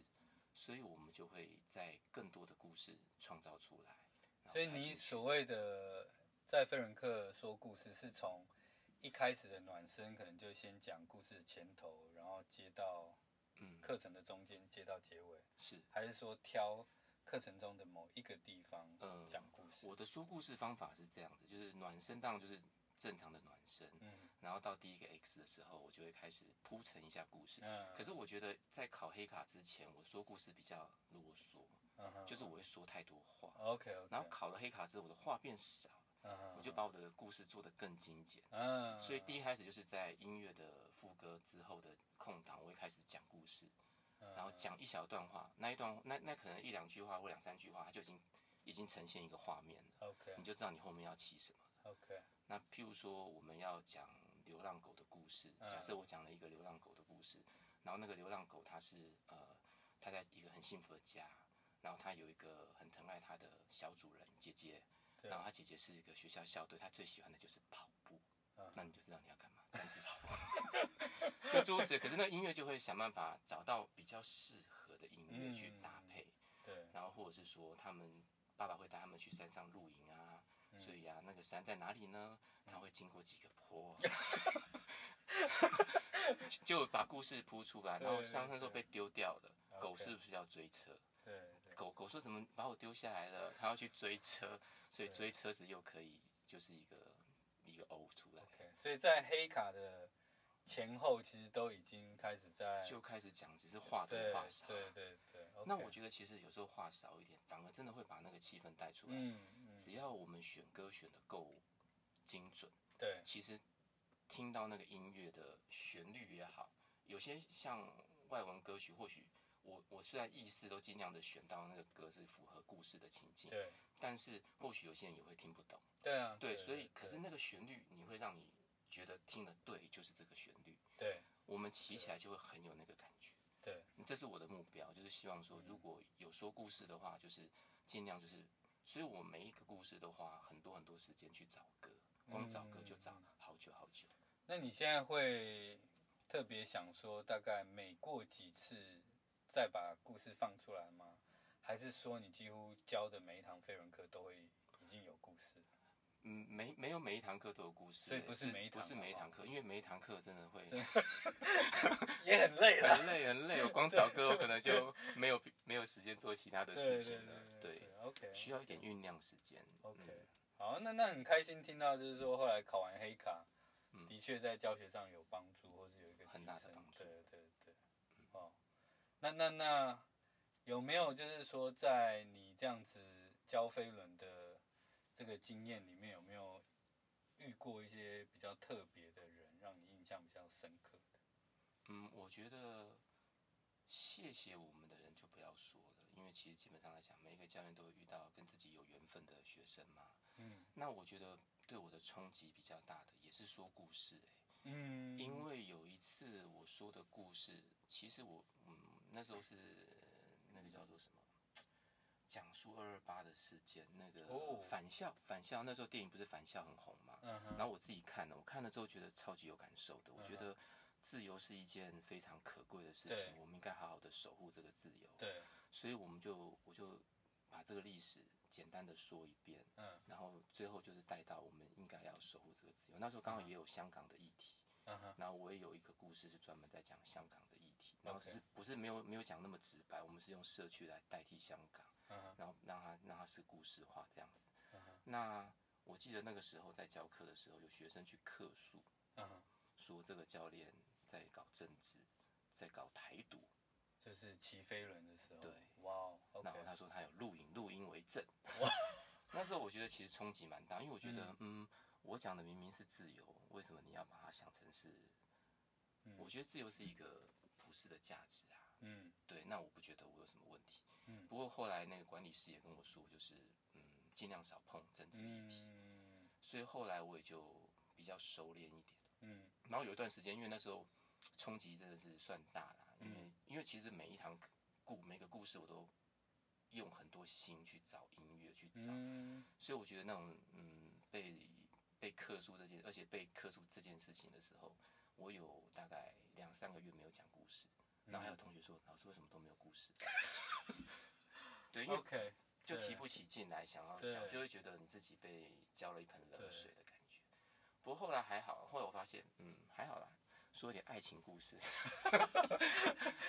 Speaker 2: 所以我们就会在更多的故事创造出来。然后
Speaker 1: 所以
Speaker 2: 拍进
Speaker 1: 你
Speaker 2: 去
Speaker 1: 所谓的在费伦克说故事，是从一开始的暖身，可能就先讲故事的前头，然后接到
Speaker 2: 嗯
Speaker 1: 课程的中间，接到结尾，
Speaker 2: 是
Speaker 1: 还是说挑课程中的某一个地方
Speaker 2: 呃
Speaker 1: 讲故事？
Speaker 2: 我的说故事方法是这样子，就是暖身当然就是正常的暖身，
Speaker 1: 嗯
Speaker 2: 然后到第一个 X 的时候，我就会开始铺陈一下故事。
Speaker 1: 嗯，
Speaker 2: 可是我觉得在考黑卡之前，我说故事比较啰嗦，
Speaker 1: 嗯哼嗯
Speaker 2: 就是我会说太多话。
Speaker 1: OK 哦 OK，
Speaker 2: 然后考了黑卡之后，我的话变少，我就把我的故事做得更精简。
Speaker 1: 嗯，
Speaker 2: 所以第一开始就是在音乐的副歌之后的空档，我会开始讲故事，
Speaker 1: 嗯
Speaker 2: 然后讲一小段话，那一段那那可能一两句话或两三句话，它就已经已经呈现一个画面了，
Speaker 1: OK
Speaker 2: 你就知道你后面要起什么。
Speaker 1: OK
Speaker 2: 那譬如说我们要讲流浪狗的故事，
Speaker 1: 嗯
Speaker 2: 假设我讲了一个流浪狗的故事，然后那个流浪狗它是呃，它在一个很幸福的家，然后它有一个很疼爱它的小主人姐姐，
Speaker 1: 对
Speaker 2: 然后它姐姐是一个学校校队，它最喜欢的就是跑步
Speaker 1: 嗯，
Speaker 2: 那你就知道你要干嘛，单子跑步， 就诸如此类。可是那个音乐就会想办法找到比较适合的音乐去
Speaker 1: 嗯
Speaker 2: 搭配，
Speaker 1: 对，
Speaker 2: 然后或者是说他们爸爸会带他们去山上露营啊，
Speaker 1: 嗯
Speaker 2: 所以啊，那个山在哪里呢？它会经过几个坡，就就把故事铺出来。
Speaker 1: 对
Speaker 2: 然后上山都被丢掉了，
Speaker 1: OK
Speaker 2: 狗是不是要追车？
Speaker 1: 对对
Speaker 2: 狗狗说怎么把我丢下来了？它要去追车，所以追车子又可以就是一个一个欧出来，
Speaker 1: OK，所以在黑卡的前后，其实都已经开始在
Speaker 2: 就开始讲，只是话多
Speaker 1: 对
Speaker 2: 话少。
Speaker 1: 对对对。OK
Speaker 2: 那我觉得其实有时候话少一点，反而真的会把那个气氛带出来。
Speaker 1: 嗯嗯，
Speaker 2: 只要我们选歌选的够精准，
Speaker 1: 对，
Speaker 2: 其实听到那个音乐的旋律也好，有些像外文歌曲，或许我我虽然意思都尽量的选到那个歌是符合故事的情境，
Speaker 1: 对
Speaker 2: 但是或许有些人也会听不懂，
Speaker 1: 对啊，
Speaker 2: 对，所以可是
Speaker 1: 对
Speaker 2: 那个旋律你会让你觉得听得对，就是这个旋律，
Speaker 1: 对
Speaker 2: 我们骑起来就会很有那个感觉。
Speaker 1: 对
Speaker 2: 这是我的目标，就是希望说，如果有说故事的话，就是尽量就是，所以
Speaker 1: 嗯
Speaker 2: 我每一个故事都花很多很多时间去找歌，光找歌就找好久好久。
Speaker 1: 那你现在会特别想说，大概每过几次再把故事放出来吗？还是说你几乎教的每一堂飞轮课都会已经有故事？
Speaker 2: 嗯，没没有每一堂课都有故事，
Speaker 1: 所以不是每一堂
Speaker 2: 不是每一堂课，因为每一堂课真的会
Speaker 1: 真 也很累啦。
Speaker 2: 很累很累。我光找歌，我可能就没有没有时间做其他的事情了。
Speaker 1: 对，OK
Speaker 2: 需要一点酝酿时间。
Speaker 1: OK
Speaker 2: 嗯。
Speaker 1: 好，那那很开心听到，就是说后来考完黑卡，
Speaker 2: 嗯
Speaker 1: 的确在教学上有帮助，或是有一个
Speaker 2: 很
Speaker 1: 提
Speaker 2: 大的
Speaker 1: 升
Speaker 2: 帮助
Speaker 1: 对对对，哦，那那那有没有就是说，在你这样子教飞轮的这个经验里面，有没有遇过一些比较特别的人，让你印象比较深刻的？
Speaker 2: 嗯，我觉得谢谢我们的人就不要说了，因为其实基本上来讲，每一个教练都会遇到跟自己有缘分的学生嘛。
Speaker 1: 嗯
Speaker 2: 那我觉得对我的冲击比较大的也是说故事、欸，
Speaker 1: 嗯，
Speaker 2: 因为有一次我说的故事，其实我嗯那时候是那个叫做什么，讲述二二八的事件，那个
Speaker 1: 哦
Speaker 2: 返校返校那时候电影不是返校很红嘛，
Speaker 1: 嗯哼，
Speaker 2: 然后我自己看了，我看了之后觉得超级有感受的，我觉得自由是一件非常可贵的事
Speaker 1: 对
Speaker 2: 情，我们应该好好的守护这个自由，
Speaker 1: 对，
Speaker 2: 所以我们就我就把这个历史简单的说一遍，
Speaker 1: 嗯
Speaker 2: 然后最后就是带到我们应该要守护这个自由，那时候刚好也有香港的议题。
Speaker 1: 嗯哼，
Speaker 2: 然后我也有一个故事是专门在讲香港的议题，然后
Speaker 1: OK
Speaker 2: 只是不是没有没有讲那么直白，我们是用社区来代替香港，
Speaker 1: 嗯哼，
Speaker 2: 然后让它让它是故事化这样子。
Speaker 1: 嗯哼，
Speaker 2: 那我记得那个时候在教课的时候，有学生去客诉
Speaker 1: 嗯哼，
Speaker 2: 说这个教练在搞政治，在搞台独，
Speaker 1: 就是骑飞轮的时候，
Speaker 2: 对，
Speaker 1: 哇哦，OK，
Speaker 2: 然后他说他有录影，录音为证。 那时候我觉得其实冲击蛮大，因为我觉得嗯我讲的明明是自由，为什么你要把它想成是？
Speaker 1: 嗯
Speaker 2: 我觉得自由是一个普世的价值啊。
Speaker 1: 嗯
Speaker 2: 对，那我不觉得我有什么问题。
Speaker 1: 嗯
Speaker 2: 不过后来那个管理师也跟我说，就是嗯，尽量少碰政治议题，
Speaker 1: 嗯。
Speaker 2: 所以后来我也就比较收敛一点。
Speaker 1: 嗯
Speaker 2: 然后有一段时间，因为那时候冲击真的是算大啦，因为、
Speaker 1: 嗯
Speaker 2: 因为其实每一堂课故每个故事我都用很多心去找音乐去找，
Speaker 1: 嗯
Speaker 2: 所以我觉得那种嗯被被克诉这件，而且被克诉这件事情的时候，我有大概两三个月没有讲故事，然
Speaker 1: 嗯
Speaker 2: 后还有同学说老师为什么都没有故 事？对，因为
Speaker 1: ，OK，
Speaker 2: 就提
Speaker 1: 哦对
Speaker 2: 不起劲来，想要
Speaker 1: 对
Speaker 2: 讲，就会觉得你自己被浇了一盆冷
Speaker 1: 对
Speaker 2: 水的感觉。不过后来还好，后来我发现，嗯，还好啦，说一点爱 情故事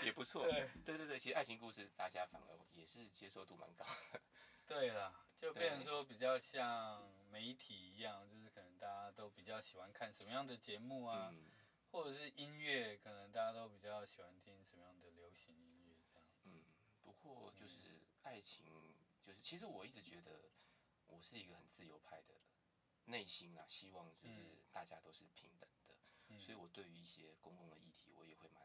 Speaker 2: 也不错。
Speaker 1: 对
Speaker 2: 对对对，其实爱情故事大家反而也是接受度蛮高的。
Speaker 1: 对啦，就变成
Speaker 2: 对
Speaker 1: 说比较像媒体一样，就是可能大家都比较喜欢看什么样的节目啊，
Speaker 2: 嗯
Speaker 1: 或者是音乐，可能大家都比较喜欢听什么样的流行音乐这样。
Speaker 2: 嗯，不过就是爱情，就是其实我一直觉得我是一个很自由派的，内心啊，希望就是大家都是平等的。
Speaker 1: 嗯
Speaker 2: 所以我对于一些公共的议题，我也会蛮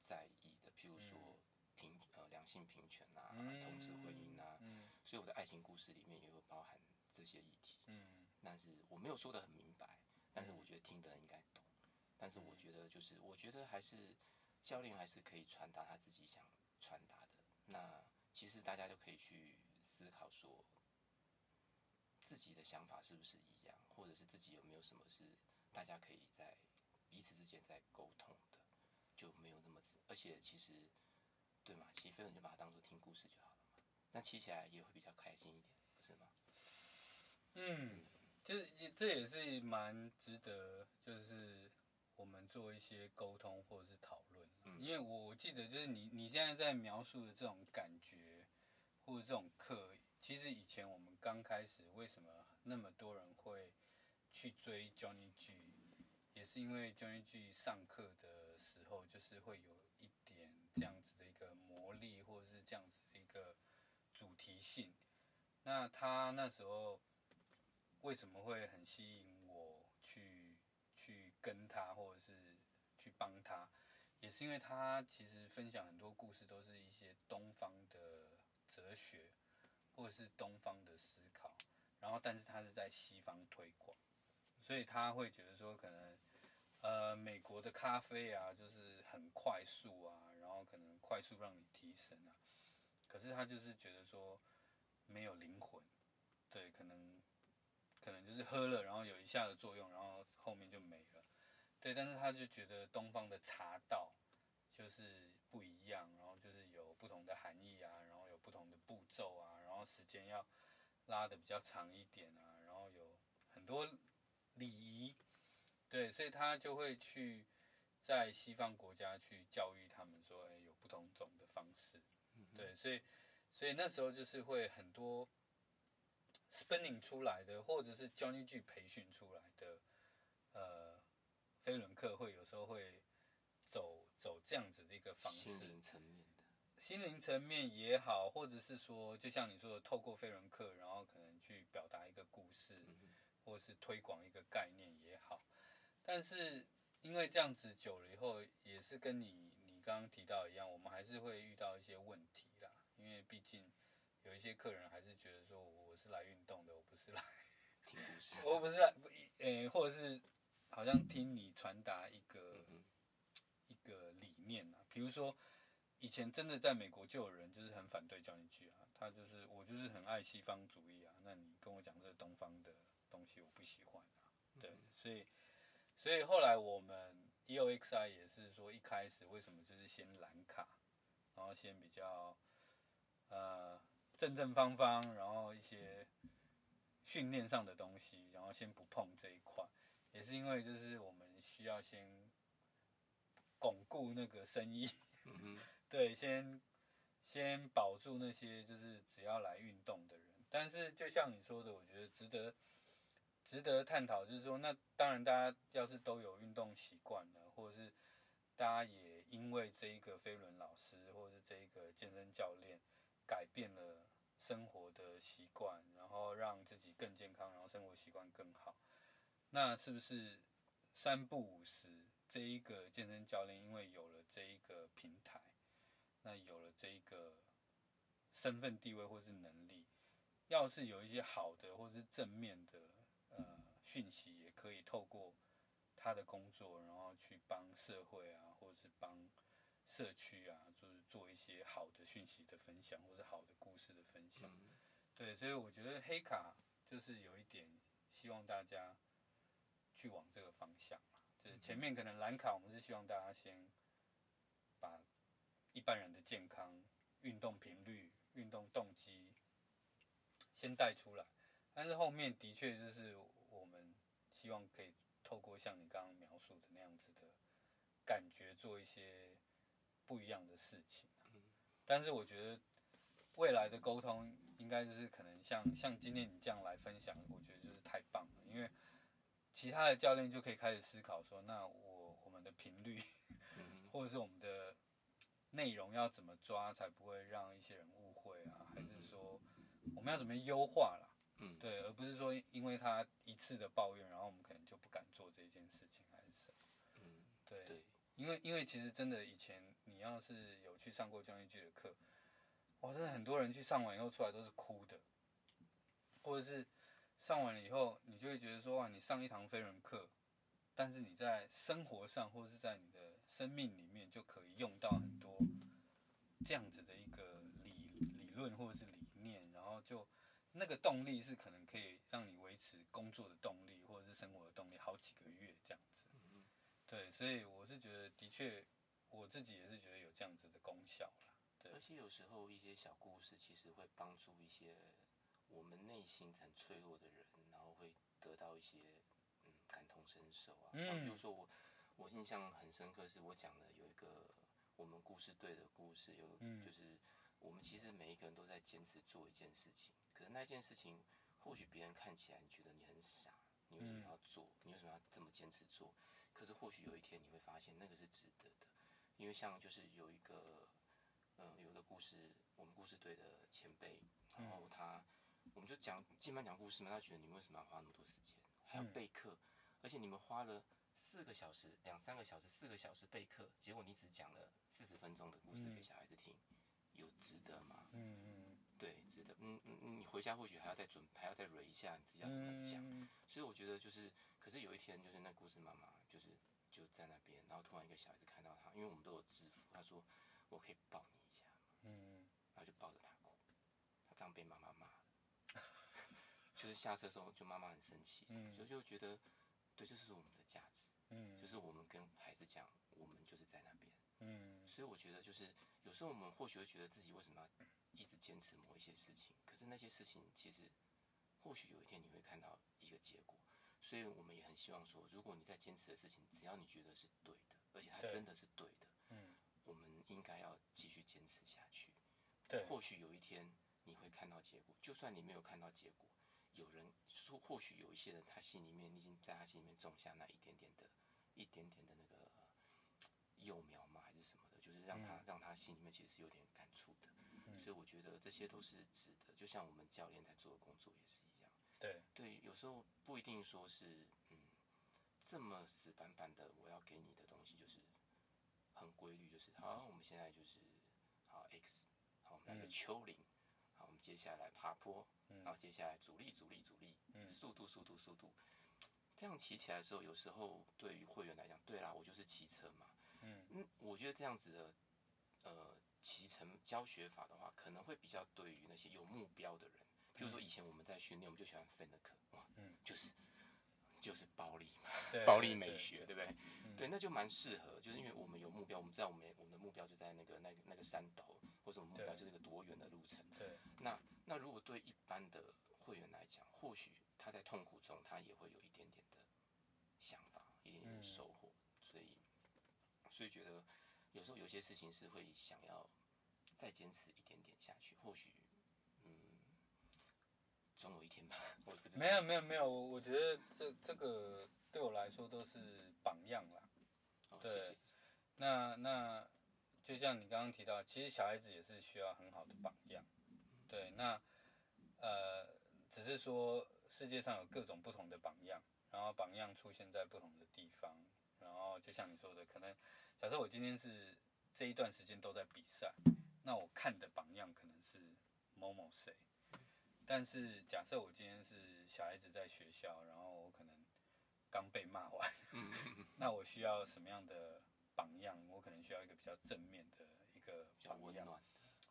Speaker 2: 在意的，譬如说平呃两性平权啊、
Speaker 1: 嗯
Speaker 2: 同志婚姻啊，
Speaker 1: 嗯
Speaker 2: 所以我的爱情故事里面也有包含这些议题，
Speaker 1: 嗯
Speaker 2: 但是我没有说的很明白，但是我觉得听的人应该懂，但是我觉得就是我觉得还是教练还是可以传达他自己想传达的，那其实大家就可以去思考说。自己的想法是不是一样，或者是自己有没有什么是大家可以在彼此之间在沟通的，就没有那么自，而且其实对嘛，骑飞轮就把它当做听故事就好了嘛，那骑起来也会比较开心一点，不是吗？
Speaker 1: 嗯，就是也这也是蛮值得，就是我们做一些沟通或者是讨论。
Speaker 2: 嗯
Speaker 1: 因为我我记得就是你你现在在描述的这种感觉或者这种课，其实以前我们刚开始为什么那么多人会去追 Johnny G，也是因为 Johnny G 上课的时候就是会有一点这样子的一个魔力，或者是这样子的一个主题性。那他那时候为什么会很吸引我去去跟他，或者是去帮他，也是因为他其实分享很多故事都是一些东方的哲学，或者是东方的思考，然后但是他是在西方推广，所以他会觉得说可能。呃，美国的咖啡啊，就是很快速啊，然后可能快速让你提神啊。可是他就是觉得说没有灵魂，对，可能可能就是喝了，然后有一下的作用，然后后面就没了。对，但是他就觉得东方的茶道就是不一样，然后就是有不同的含义啊，然后有不同的步骤啊，然后时间要拉的比较长一点啊，然后有很多礼仪，对，所以他就会去在西方国家去教育他们说，哎，有不同种的方式，对，所以所以那时候就是会很多 spinning 出来的，或者是 Johnny G 培训出来的，呃，飞轮课会有时候会走走这样子的一个方式，
Speaker 2: 心灵层面的，
Speaker 1: 心灵层面也好，或者是说，就像你说的，透过飞轮课，然后可能去表达一个故事，
Speaker 2: 嗯哼
Speaker 1: 或是推广一个概念也好。但是因为这样子久了以后，也是跟你你刚刚提到一样，我们还是会遇到一些问题啦。因为毕竟有一些客人还是觉得说，我我是来运动的，我不是 来，，
Speaker 2: 听故事
Speaker 1: 我不是来，诶、或者是好像听你传达一个。
Speaker 2: 嗯哼
Speaker 1: 一个理念啊。比如说，以前真的在美国就有人就是很反对教育剧啊，他就是我就是很爱西方主义啊，那你跟我讲这东方的东西我不喜欢啊，
Speaker 2: 嗯
Speaker 1: 对，所以所以后来我们 E EOXI 也是说一开始为什么就是先蓝卡，然后先比较呃正正方方，然后一些训练上的东西，然后先不碰这一块。也是因为就是我们需要先巩固那个生意，
Speaker 2: 嗯哼，
Speaker 1: 对，先先保住那些就是只要来运动的人。但是就像你说的，我觉得值得值得探讨，就是说，那当然大家要是都有运动习惯了，或者是大家也因为这一个飞轮老师或者是这一个健身教练改变了生活的习惯，然后让自己更健康，然后生活习惯更好，那是不是三不五时这一个健身教练因为有了这一个平台？那有了这一个身份地位或是能力，要是有一些好的或是正面的呃讯息，也可以透过他的工作，然后去帮社会啊，或是帮社区啊，就是做一些好的讯息的分享，或是好的故事的分享。
Speaker 2: 嗯
Speaker 1: 对，所以我觉得黑卡就是有一点希望大家去往这个方向嘛，就是前面可能蓝卡，我们是希望大家先把一般人的健康、运动频率、运动动机先带出来，但是后面的确就是我们希望可以透过像你刚刚描述的那样子的感觉，做一些不一样的事情啊、但是我觉得未来的沟通应该就是可能像像今天你这样来分享，我觉得就是太棒了，因为其他的教练就可以开始思考说，那我我们的频率
Speaker 2: 嗯
Speaker 1: 或者是我们的内容要怎么抓，才不会让一些人误会啊？还是说我们要怎么优化啦？
Speaker 2: 嗯，
Speaker 1: 对，而不是说因为他一次的抱怨，然后我们可能就不敢做这件事情，还是什么？
Speaker 2: 嗯，
Speaker 1: 对，
Speaker 2: 对，
Speaker 1: 因为因为其实真的以前你要是有去上过教育剧的课，哇，真的很多人去上完以后出来都是哭的，或者是上完了以后，你就会觉得说哇，你上一堂飞人课，但是你在生活上或者是在你的生命里面就可以用到很多这样子的一个理理论或者是理念，然后就那个动力是可能可以让你维持工作的动力或者是生活的动力好几个月这样子。对，所以我是觉得，的确，我自己也是觉得有这样子的功效啦。对
Speaker 2: 而且有时候一些小故事其实会帮助一些我们内心很脆弱的人，然后会得到一些嗯感同身受啊。
Speaker 1: 嗯
Speaker 2: 比如说我我印象很深刻是我讲的有一个我们故事队的故事，有、
Speaker 1: 嗯
Speaker 2: 就是我们其实每一个人都在坚持做一件事情，可是那件事情或许别人看起来你觉得你很傻，你
Speaker 1: 嗯
Speaker 2: 为什么要做？你为什么要这么坚持做？可是或许有一天你会发现那个是值得的，因为像就是有一个，嗯、有一个故事，我们故事队的前辈，
Speaker 1: 嗯
Speaker 2: 然后他，我们就讲尽班讲故事嘛，他觉得你们为什么要花那么多时间，还要
Speaker 1: 嗯
Speaker 2: 备课，而且你们花了四个小时、两三个小时、四个小时备课，结果你只讲了四十分钟的故事给小孩子听，有值得吗？
Speaker 1: 嗯
Speaker 2: 对，值得。嗯嗯嗯，你回家或许还要再准，还要再蕊一下，你自己要怎么
Speaker 1: 嗯，
Speaker 2: 讲。所以我觉得就是，可是有一天就是那故事妈妈就是就在那边，然后突然一个小孩子看到她，因为我们都有制服，她说我可以抱你一下吗，
Speaker 1: 嗯，
Speaker 2: 然后就抱着她哭，她这样被妈妈骂了， 就是下车的时候就妈妈很生气，
Speaker 1: 嗯
Speaker 2: 就就觉得对，这是我们的价值，
Speaker 1: 嗯嗯，
Speaker 2: 就是我们跟孩子讲，我们就是在那边。
Speaker 1: 嗯
Speaker 2: 所以我觉得就是有时候我们或许会觉得自己为什么要一直坚持某一些事情，可是那些事情其实或许有一天你会看到一个结果。所以我们也很希望说，如果你在坚持的事情，只要你觉得是对的，而且它
Speaker 1: 对
Speaker 2: 真的是对的，
Speaker 1: 嗯，
Speaker 2: 我们应该要继续坚持下去。
Speaker 1: 对，
Speaker 2: 或许有一天你会看到结果，就算你没有看到结果，有人说，或许有一些人他心里面，你已经在他心里面种下那一点点的、一点点的那个呃幼苗嘛，还是什么的，就是让他、让他心里面其实是有点感触的。所以我觉得这些都是值得，就像我们教练在做的工作也是一样。
Speaker 1: 对，
Speaker 2: 对，有时候不一定说是嗯这么死板板的，我要给你的东西就是很规律，就是好，我们现在就是好 X，好，我们来个
Speaker 1: 嗯
Speaker 2: 丘陵，好，我们接下来爬坡，
Speaker 1: 嗯
Speaker 2: 然后接下来阻力阻力阻力，
Speaker 1: 嗯
Speaker 2: 速度速度速度，这样骑起来的时候，有时候对于会员来讲，对啦，我就是骑车嘛，
Speaker 1: 嗯
Speaker 2: 嗯，我觉得这样子的呃骑乘教学法的话，可能会比较对于那些有目标的人，比如说以前我们在训练，我们就喜欢分的课，哇，
Speaker 1: 嗯
Speaker 2: 就是就是暴力嘛，
Speaker 1: 对，
Speaker 2: 嗯暴力
Speaker 1: 对嗯
Speaker 2: 美
Speaker 1: 对
Speaker 2: 学，对不对？对，那就蛮适合，就是因为我们有目标，我们知道我们我们的目标就在那个那个那个山头，或者我们目标
Speaker 1: 对
Speaker 2: 就是个多远的路程。
Speaker 1: 对，
Speaker 2: 那那如果对一般的会员来讲，或许他在痛苦中，他也会有一点点的想法，一点点的
Speaker 1: 嗯
Speaker 2: 收获。所以，所以觉得有时候有些事情是会想要再坚持一点点下去，或许，嗯，总有一天吧。 我也不知道
Speaker 1: 没有没有没有，我我觉得这这个对我来说都是榜样啦。
Speaker 2: 哦，谢
Speaker 1: 对
Speaker 2: 谢。
Speaker 1: 那那就像你刚刚提到，其实小孩子也是需要很好的榜样。对，那呃，只是说世界上有各种不同的榜样，然后榜样出现在不同的地方，然后就像你说的，可能假设我今天是这一段时间都在比赛，那我看的榜样可能是某某谁，但是假设我今天是小孩子在学校，然后我可能刚被骂完， 那我需要什么样的榜样？我可能需要一个比较正面的一个
Speaker 2: 比较
Speaker 1: 榜
Speaker 2: 温
Speaker 1: 样，
Speaker 2: 暖，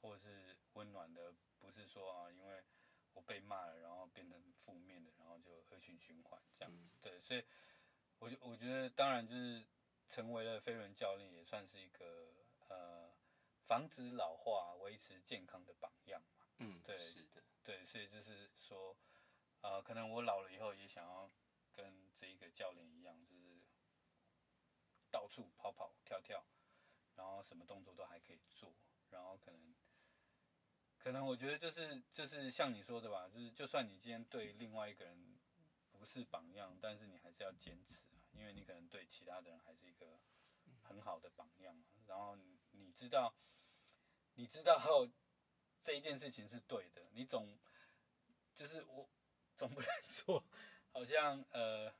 Speaker 1: 或者是温暖的，不是说啊，因为我被骂了，然后变成负面的，然后就恶性循环这样
Speaker 2: 嗯
Speaker 1: 子。对，所以我就我觉得，当然就是成为了飞轮教练，也算是一个呃防止老化、维持健康的榜样嘛。
Speaker 2: 嗯，
Speaker 1: 对
Speaker 2: 是 的，
Speaker 1: 对，所以就是说，呃，可能我老了以后也想要跟这一个教练一样，就是到处跑跑跳跳，然后什么动作都还可以做，然后可能，可能我觉得就是就是像你说的吧，就是就算你今天对另外一个人不是榜样，但是你还是要坚持啊，因为你可能对其他的人还是一个很好的榜样啊，然后你你知道，你知道。这一件事情是对的，你总就是我总不能说好像呃，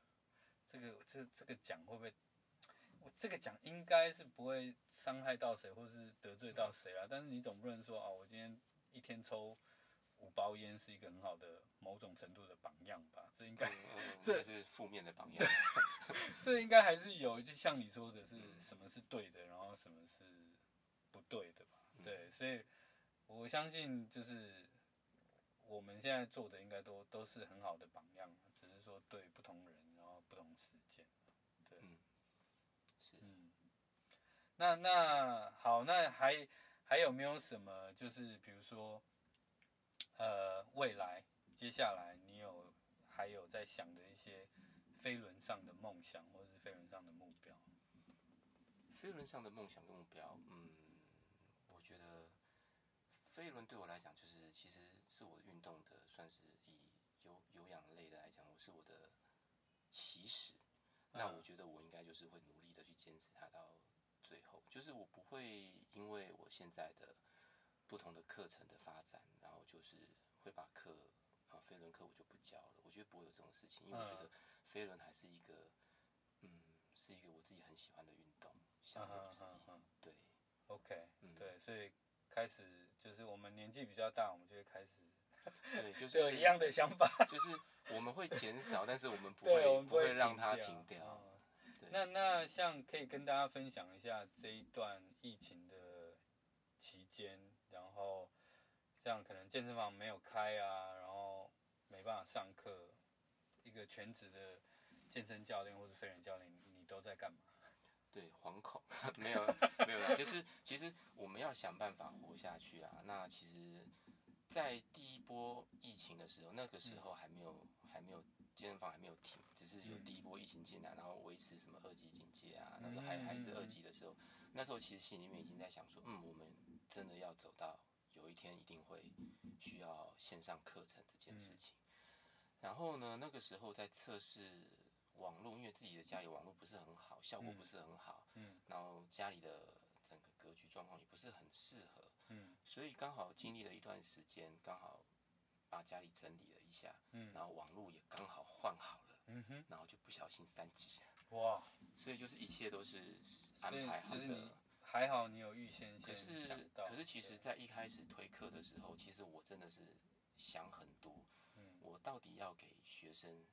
Speaker 1: 这个这这个奖会不会？我这个奖应该是不会伤害到谁，或是得罪到谁啊。但是你总不能说啊，我今天一天抽五包烟是一个很好的某种程度的榜样吧？这应该
Speaker 2: 嗯
Speaker 1: 这
Speaker 2: 这是负面的 榜样。
Speaker 1: 这应该还是有，就像你说的是什么是对的，然后什么是不对的吧？对，所以我相信就是我们现在做的应该都都是很好的榜样，只是说对不同人，然后不同时间。对，
Speaker 2: 嗯是
Speaker 1: 嗯。那那好，那还还有没有什么？就是比如说，呃，未来接下来你有还有在想的一些飞轮上的梦想，或者是飞轮上的目标？
Speaker 2: 飞轮上的梦想跟目标，嗯，我觉得飞轮对我来讲，就是其实是我运动的，算是以有有氧类的来讲，我是我的起始。那我觉得我应该就是会努力的去坚持它到最后，就是我不会因为我现在的不同的课程的发展，然后就是会把课啊飞轮课我就不教了，我觉得不会有这种事情，因为我觉
Speaker 1: 嗯
Speaker 2: 得飞轮还是一个嗯是一个我自己很喜欢的运动项目之
Speaker 1: 嗯
Speaker 2: 一，
Speaker 1: 嗯
Speaker 2: 对，
Speaker 1: OK，、
Speaker 2: 嗯
Speaker 1: 对，所以开始就是我们年纪比较大，我们就会开始
Speaker 2: 对，就
Speaker 1: 都有
Speaker 2: 是
Speaker 1: 一样的想法，
Speaker 2: 就是我们会减少，但是我们不
Speaker 1: 对，我
Speaker 2: 会
Speaker 1: 们
Speaker 2: 会
Speaker 1: 会
Speaker 2: 让它停
Speaker 1: 掉。
Speaker 2: 掉，
Speaker 1: 嗯
Speaker 2: 对，
Speaker 1: 那那像可以跟大家分享一下这一段疫情的期间，然后这样可能健身房没有开啊，然后没办法上课，一个全职的健身教练或是飞人教练，你都在干嘛？
Speaker 2: 对，惶恐 没有没有啦，就是其实我们要想办法活下去啊。那其实，在第一波疫情的时候，那个时候还没有还没有健身房还没有停，只是有
Speaker 1: 嗯
Speaker 2: 第一波疫情进来，然后维持什么二级警戒啊，那时候还还是
Speaker 1: 嗯嗯嗯
Speaker 2: 二级的时候，那时候其实心里面已经在想说，嗯，我们真的要走到有一天一定会需要线上课程这件事情。然后呢，那个时候在测试网络，因为自己的家里网络不是很好，效果不是很好，
Speaker 1: 嗯
Speaker 2: 然后家里的整个格局状况也不是很适合，
Speaker 1: 嗯
Speaker 2: 所以刚好经历了一段时间，刚好把家里整理了一下，
Speaker 1: 嗯
Speaker 2: 然后网络也刚好换好了，
Speaker 1: 嗯哼，
Speaker 2: 然后就不小心三级，
Speaker 1: 哇，
Speaker 2: 所以就是一切都是安
Speaker 1: 所以
Speaker 2: 排好
Speaker 1: 就是你
Speaker 2: 的。
Speaker 1: 还好你有预先
Speaker 2: 可
Speaker 1: 先
Speaker 2: 是
Speaker 1: 想到，
Speaker 2: 可是其实，在一开始推课的时候，其实我真的是想很多，
Speaker 1: 嗯
Speaker 2: 我到底要给学生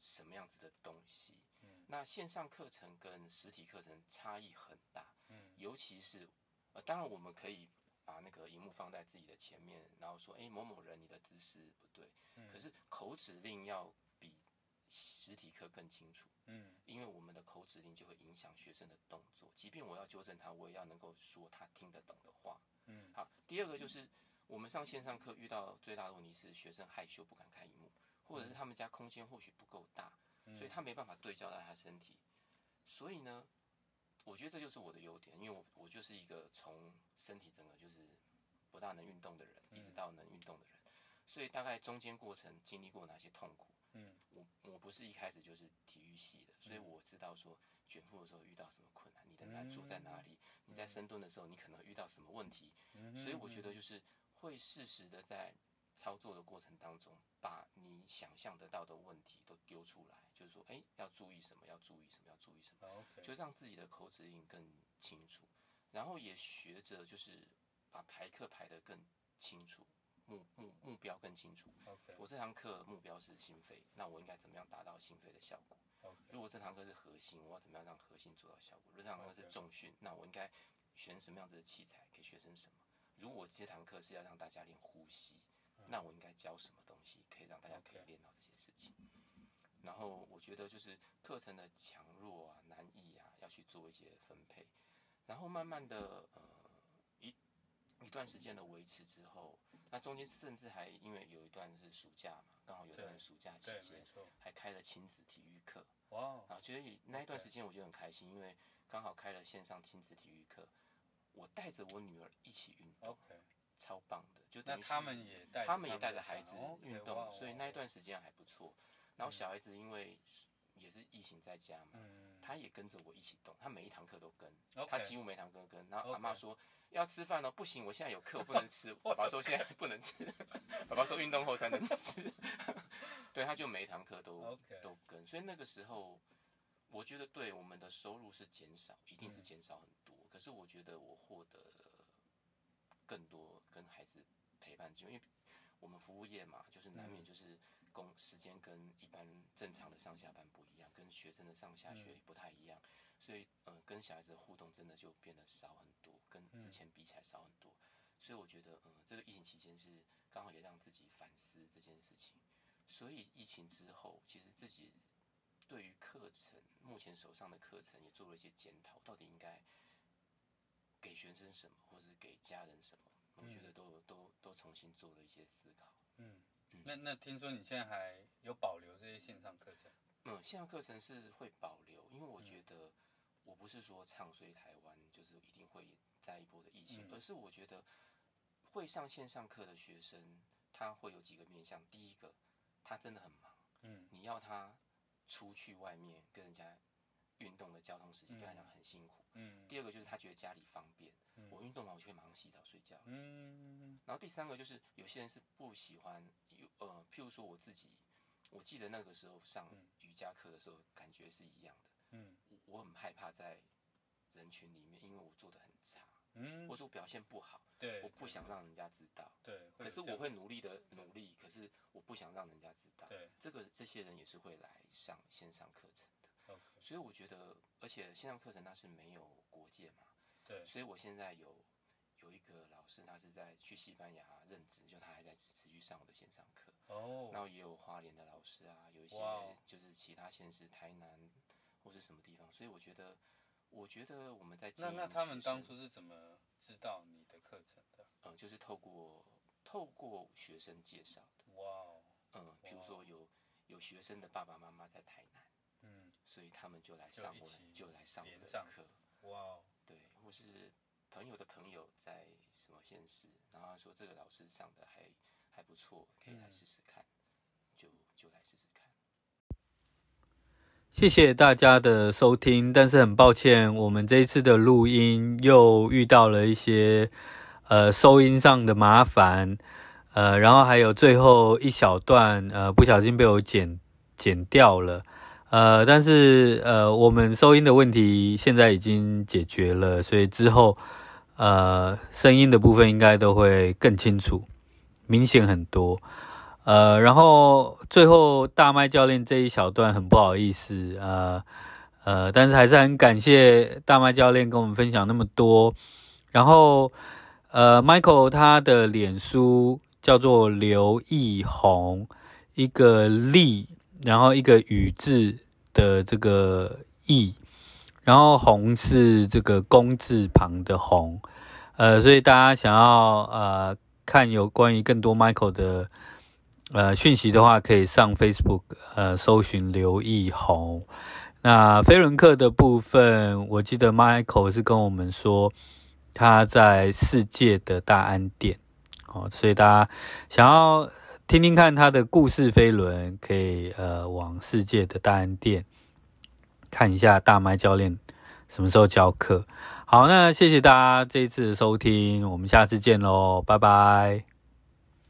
Speaker 2: 什么样子的东西？
Speaker 1: 嗯
Speaker 2: 那线上课程跟实体课程差异很大，
Speaker 1: 嗯
Speaker 2: 尤其是呃，当然我们可以把那个荧幕放在自己的前面，然后说，哎，某某人你的姿势不对，
Speaker 1: 嗯
Speaker 2: 可是口指令要比实体课更清楚，
Speaker 1: 嗯
Speaker 2: 因为我们的口指令就会影响学生的动作，即便我要纠正他，我也要能够说他听得懂的话。
Speaker 1: 嗯
Speaker 2: 好，第二个就是我们上线上课遇到最大的问题是学生害羞不敢看荧幕，
Speaker 1: 嗯
Speaker 2: 或者是他们家空间或许不够大，所以他没办法对焦到他身体。所以呢，我觉得这就是我的优点，因为我我就是一个从身体整个就是不大能运动的人，
Speaker 1: 嗯
Speaker 2: 一直到能运动的人，所以大概中间过程经历过哪些痛苦。
Speaker 1: 嗯
Speaker 2: 我我不是一开始就是体育系的，所以我知道说卷腹的时候遇到什么困难，你的
Speaker 1: 嗯
Speaker 2: 难处在哪里，你在深蹲的时候你可能会遇到什么问题，
Speaker 1: 嗯，
Speaker 2: 所以我觉得就是会适时的在操作的过程当中，把你想象得到的问题都丢出来，就是说，哎，要注意什么，要注意什么，要注意什么，
Speaker 1: OK，
Speaker 2: 就让自己的口指印更清楚，然后也学着就是把排课排得更清楚，目目目标更清楚。
Speaker 1: OK
Speaker 2: 我这堂课目标是心肺，那我应该怎么样达到心肺的效果？
Speaker 1: OK，
Speaker 2: 如果这堂课是核心，我要怎么样让核心做到效果？如果这堂课是
Speaker 1: OK
Speaker 2: 重训，那我应该选什么样子的器材给学生什么？如果我这堂课是要让大家练呼吸，那我应该教什么东西可以让大家可以
Speaker 1: 嗯 OK
Speaker 2: 练到这些事情？然后我觉得就是课程的强弱啊、难易啊，要去做一些分配。然后慢慢的，呃，一一段时间的维持之后，那中间甚至还因为有一段是暑假嘛，刚好有一段
Speaker 1: 对
Speaker 2: 暑假期
Speaker 1: 对，没
Speaker 2: 间，
Speaker 1: 错，
Speaker 2: 还开了亲子体育课。
Speaker 1: 哇哦，
Speaker 2: 啊，所以那一
Speaker 1: OK
Speaker 2: 段时间我就很开心，因为刚好开了线上亲子体育课，我带着我女儿一起运动，
Speaker 1: OK，
Speaker 2: 超棒的。就
Speaker 1: 那
Speaker 2: 等于
Speaker 1: 他
Speaker 2: 是
Speaker 1: 们也带着
Speaker 2: 他们也带
Speaker 1: 的
Speaker 2: 着孩子
Speaker 1: 小孩
Speaker 2: 运
Speaker 1: OK，
Speaker 2: 动
Speaker 1: 哇哦
Speaker 2: 所以那一段时间还不错。然后小孩子因为也是疫情在家嘛，
Speaker 1: 嗯，
Speaker 2: 他也跟着我一起动，他每一堂课都跟
Speaker 1: OK
Speaker 2: 他几乎每一堂课都跟。然后阿妈
Speaker 1: OK
Speaker 2: 说要吃饭哦，不行，我现在有课，我不能 吃。爸爸说现在不能吃， 爸爸说运动后才能吃。 对，他就每一堂课都
Speaker 1: OK
Speaker 2: 都跟，所以那个时候我觉得对我们的收入是减少，一定是
Speaker 1: 嗯
Speaker 2: 减少很多。可是我觉得我获得了更多跟孩子陪伴机会，因为我们服务业嘛，就是难免就是工时间跟一般正常的上下班不一样，跟学生的上下学也不太一样，所以嗯、呃跟小孩子的互动真的就变得少很多，跟之前比起来少很多。所以我觉得，嗯，这个疫情期间是刚好也让自己反思这件事情。所以疫情之后，其实自己对于课程目前手上的课程也做了一些检讨，到底应该给学生什么，或者是给家人什么，我觉得都都都重新做了一些思考。
Speaker 1: 嗯，那那听说你现在还有保留这些线上课程
Speaker 2: 嗯，线上课程是会保留，因为我觉得我不是说唱衰台湾，就是一定会在一波的疫情，
Speaker 1: 嗯
Speaker 2: 而是我觉得会上线上课的学生，他会有几个面向。第一个，他真的很忙，
Speaker 1: 嗯，
Speaker 2: 你要他出去外面跟人家运动的交通时间，对他来讲很辛苦。
Speaker 1: 嗯
Speaker 2: 第二个就是他觉得家里方便，我运动完我就会马上洗澡睡觉，
Speaker 1: 嗯
Speaker 2: 然后第三个就是有些人是不喜欢，有呃，譬如说我自己，我记得那个时候上瑜伽课的时候，感觉是一样的。
Speaker 1: 嗯
Speaker 2: 我我很害怕在人群里面，因为我做的很差，
Speaker 1: 嗯
Speaker 2: 或，者我表现不好，
Speaker 1: 对，
Speaker 2: 我不想让人家知道。
Speaker 1: 对，
Speaker 2: 可
Speaker 1: 有
Speaker 2: 是
Speaker 1: 这
Speaker 2: 我
Speaker 1: 样
Speaker 2: 会努力的努力，可是我不想让人家知道。
Speaker 1: 对
Speaker 2: 这个这些人也是会来上线上课程的，
Speaker 1: OK
Speaker 2: 所以我觉得，而且线上课程它是没有国界嘛，
Speaker 1: 对
Speaker 2: 所以我现在有有一个老师，他是在去西班牙任职，就他还在持续上我的线上课。然
Speaker 1: 哦
Speaker 2: 后也有花莲的老师啊，有一些
Speaker 1: 哇哦
Speaker 2: 就是其他县市，台南、或是什么地方，所以我觉得，我觉得我们在
Speaker 3: 那
Speaker 2: 建议
Speaker 3: 那他
Speaker 2: 学
Speaker 3: 们当
Speaker 2: 生
Speaker 3: 初是怎么知道你的课程的？
Speaker 2: 呃，就是透过透过学生介绍的，
Speaker 3: 哇哦，
Speaker 2: 嗯，比如
Speaker 3: 哇
Speaker 2: 说有有学生的爸爸妈妈在台南，
Speaker 3: 嗯，
Speaker 2: 所以他们就来
Speaker 3: 就
Speaker 2: 上
Speaker 3: 一
Speaker 2: 我
Speaker 3: 起
Speaker 2: 们就来上我
Speaker 3: 连
Speaker 2: 们的
Speaker 3: 上
Speaker 2: 课，
Speaker 3: 哇哦，
Speaker 2: 对，或是朋友的朋友在什么县市，然后他说这个老师上的还还不错，可以来
Speaker 3: 嗯
Speaker 2: 试试看，就就来试试看。
Speaker 1: 谢谢大家的收听，但是很抱歉，我们这一次的录音又遇到了一些呃收音上的麻烦，呃，然后还有最后一小段呃不小心被我剪剪掉了，呃，但是呃我们收音的问题现在已经解决了，所以之后呃声音的部分应该都会更清楚，明显很多。呃，然后最后大麦教练这一小段很不好意思，呃呃，但是还是很感谢大麦教练跟我们分享那么多。然后呃，Michael 他的脸书叫做刘奕宏，一个立，然后一个雨字的这个奕，然后红是这个公字旁的红，呃，所以大家想要呃看有关于更多 Michael 的。呃讯息的话，可以上 Facebook 呃搜寻刘奕宏。那飞轮课的部分，我记得 Michael 是跟我们说他在世界的大安店哦，所以大家想要听听看他的故事飞轮，可以呃往世界的大安店看一下大麦教练什么时候教课。好，那谢谢大家这一次的收听，我们下次见喽，拜拜。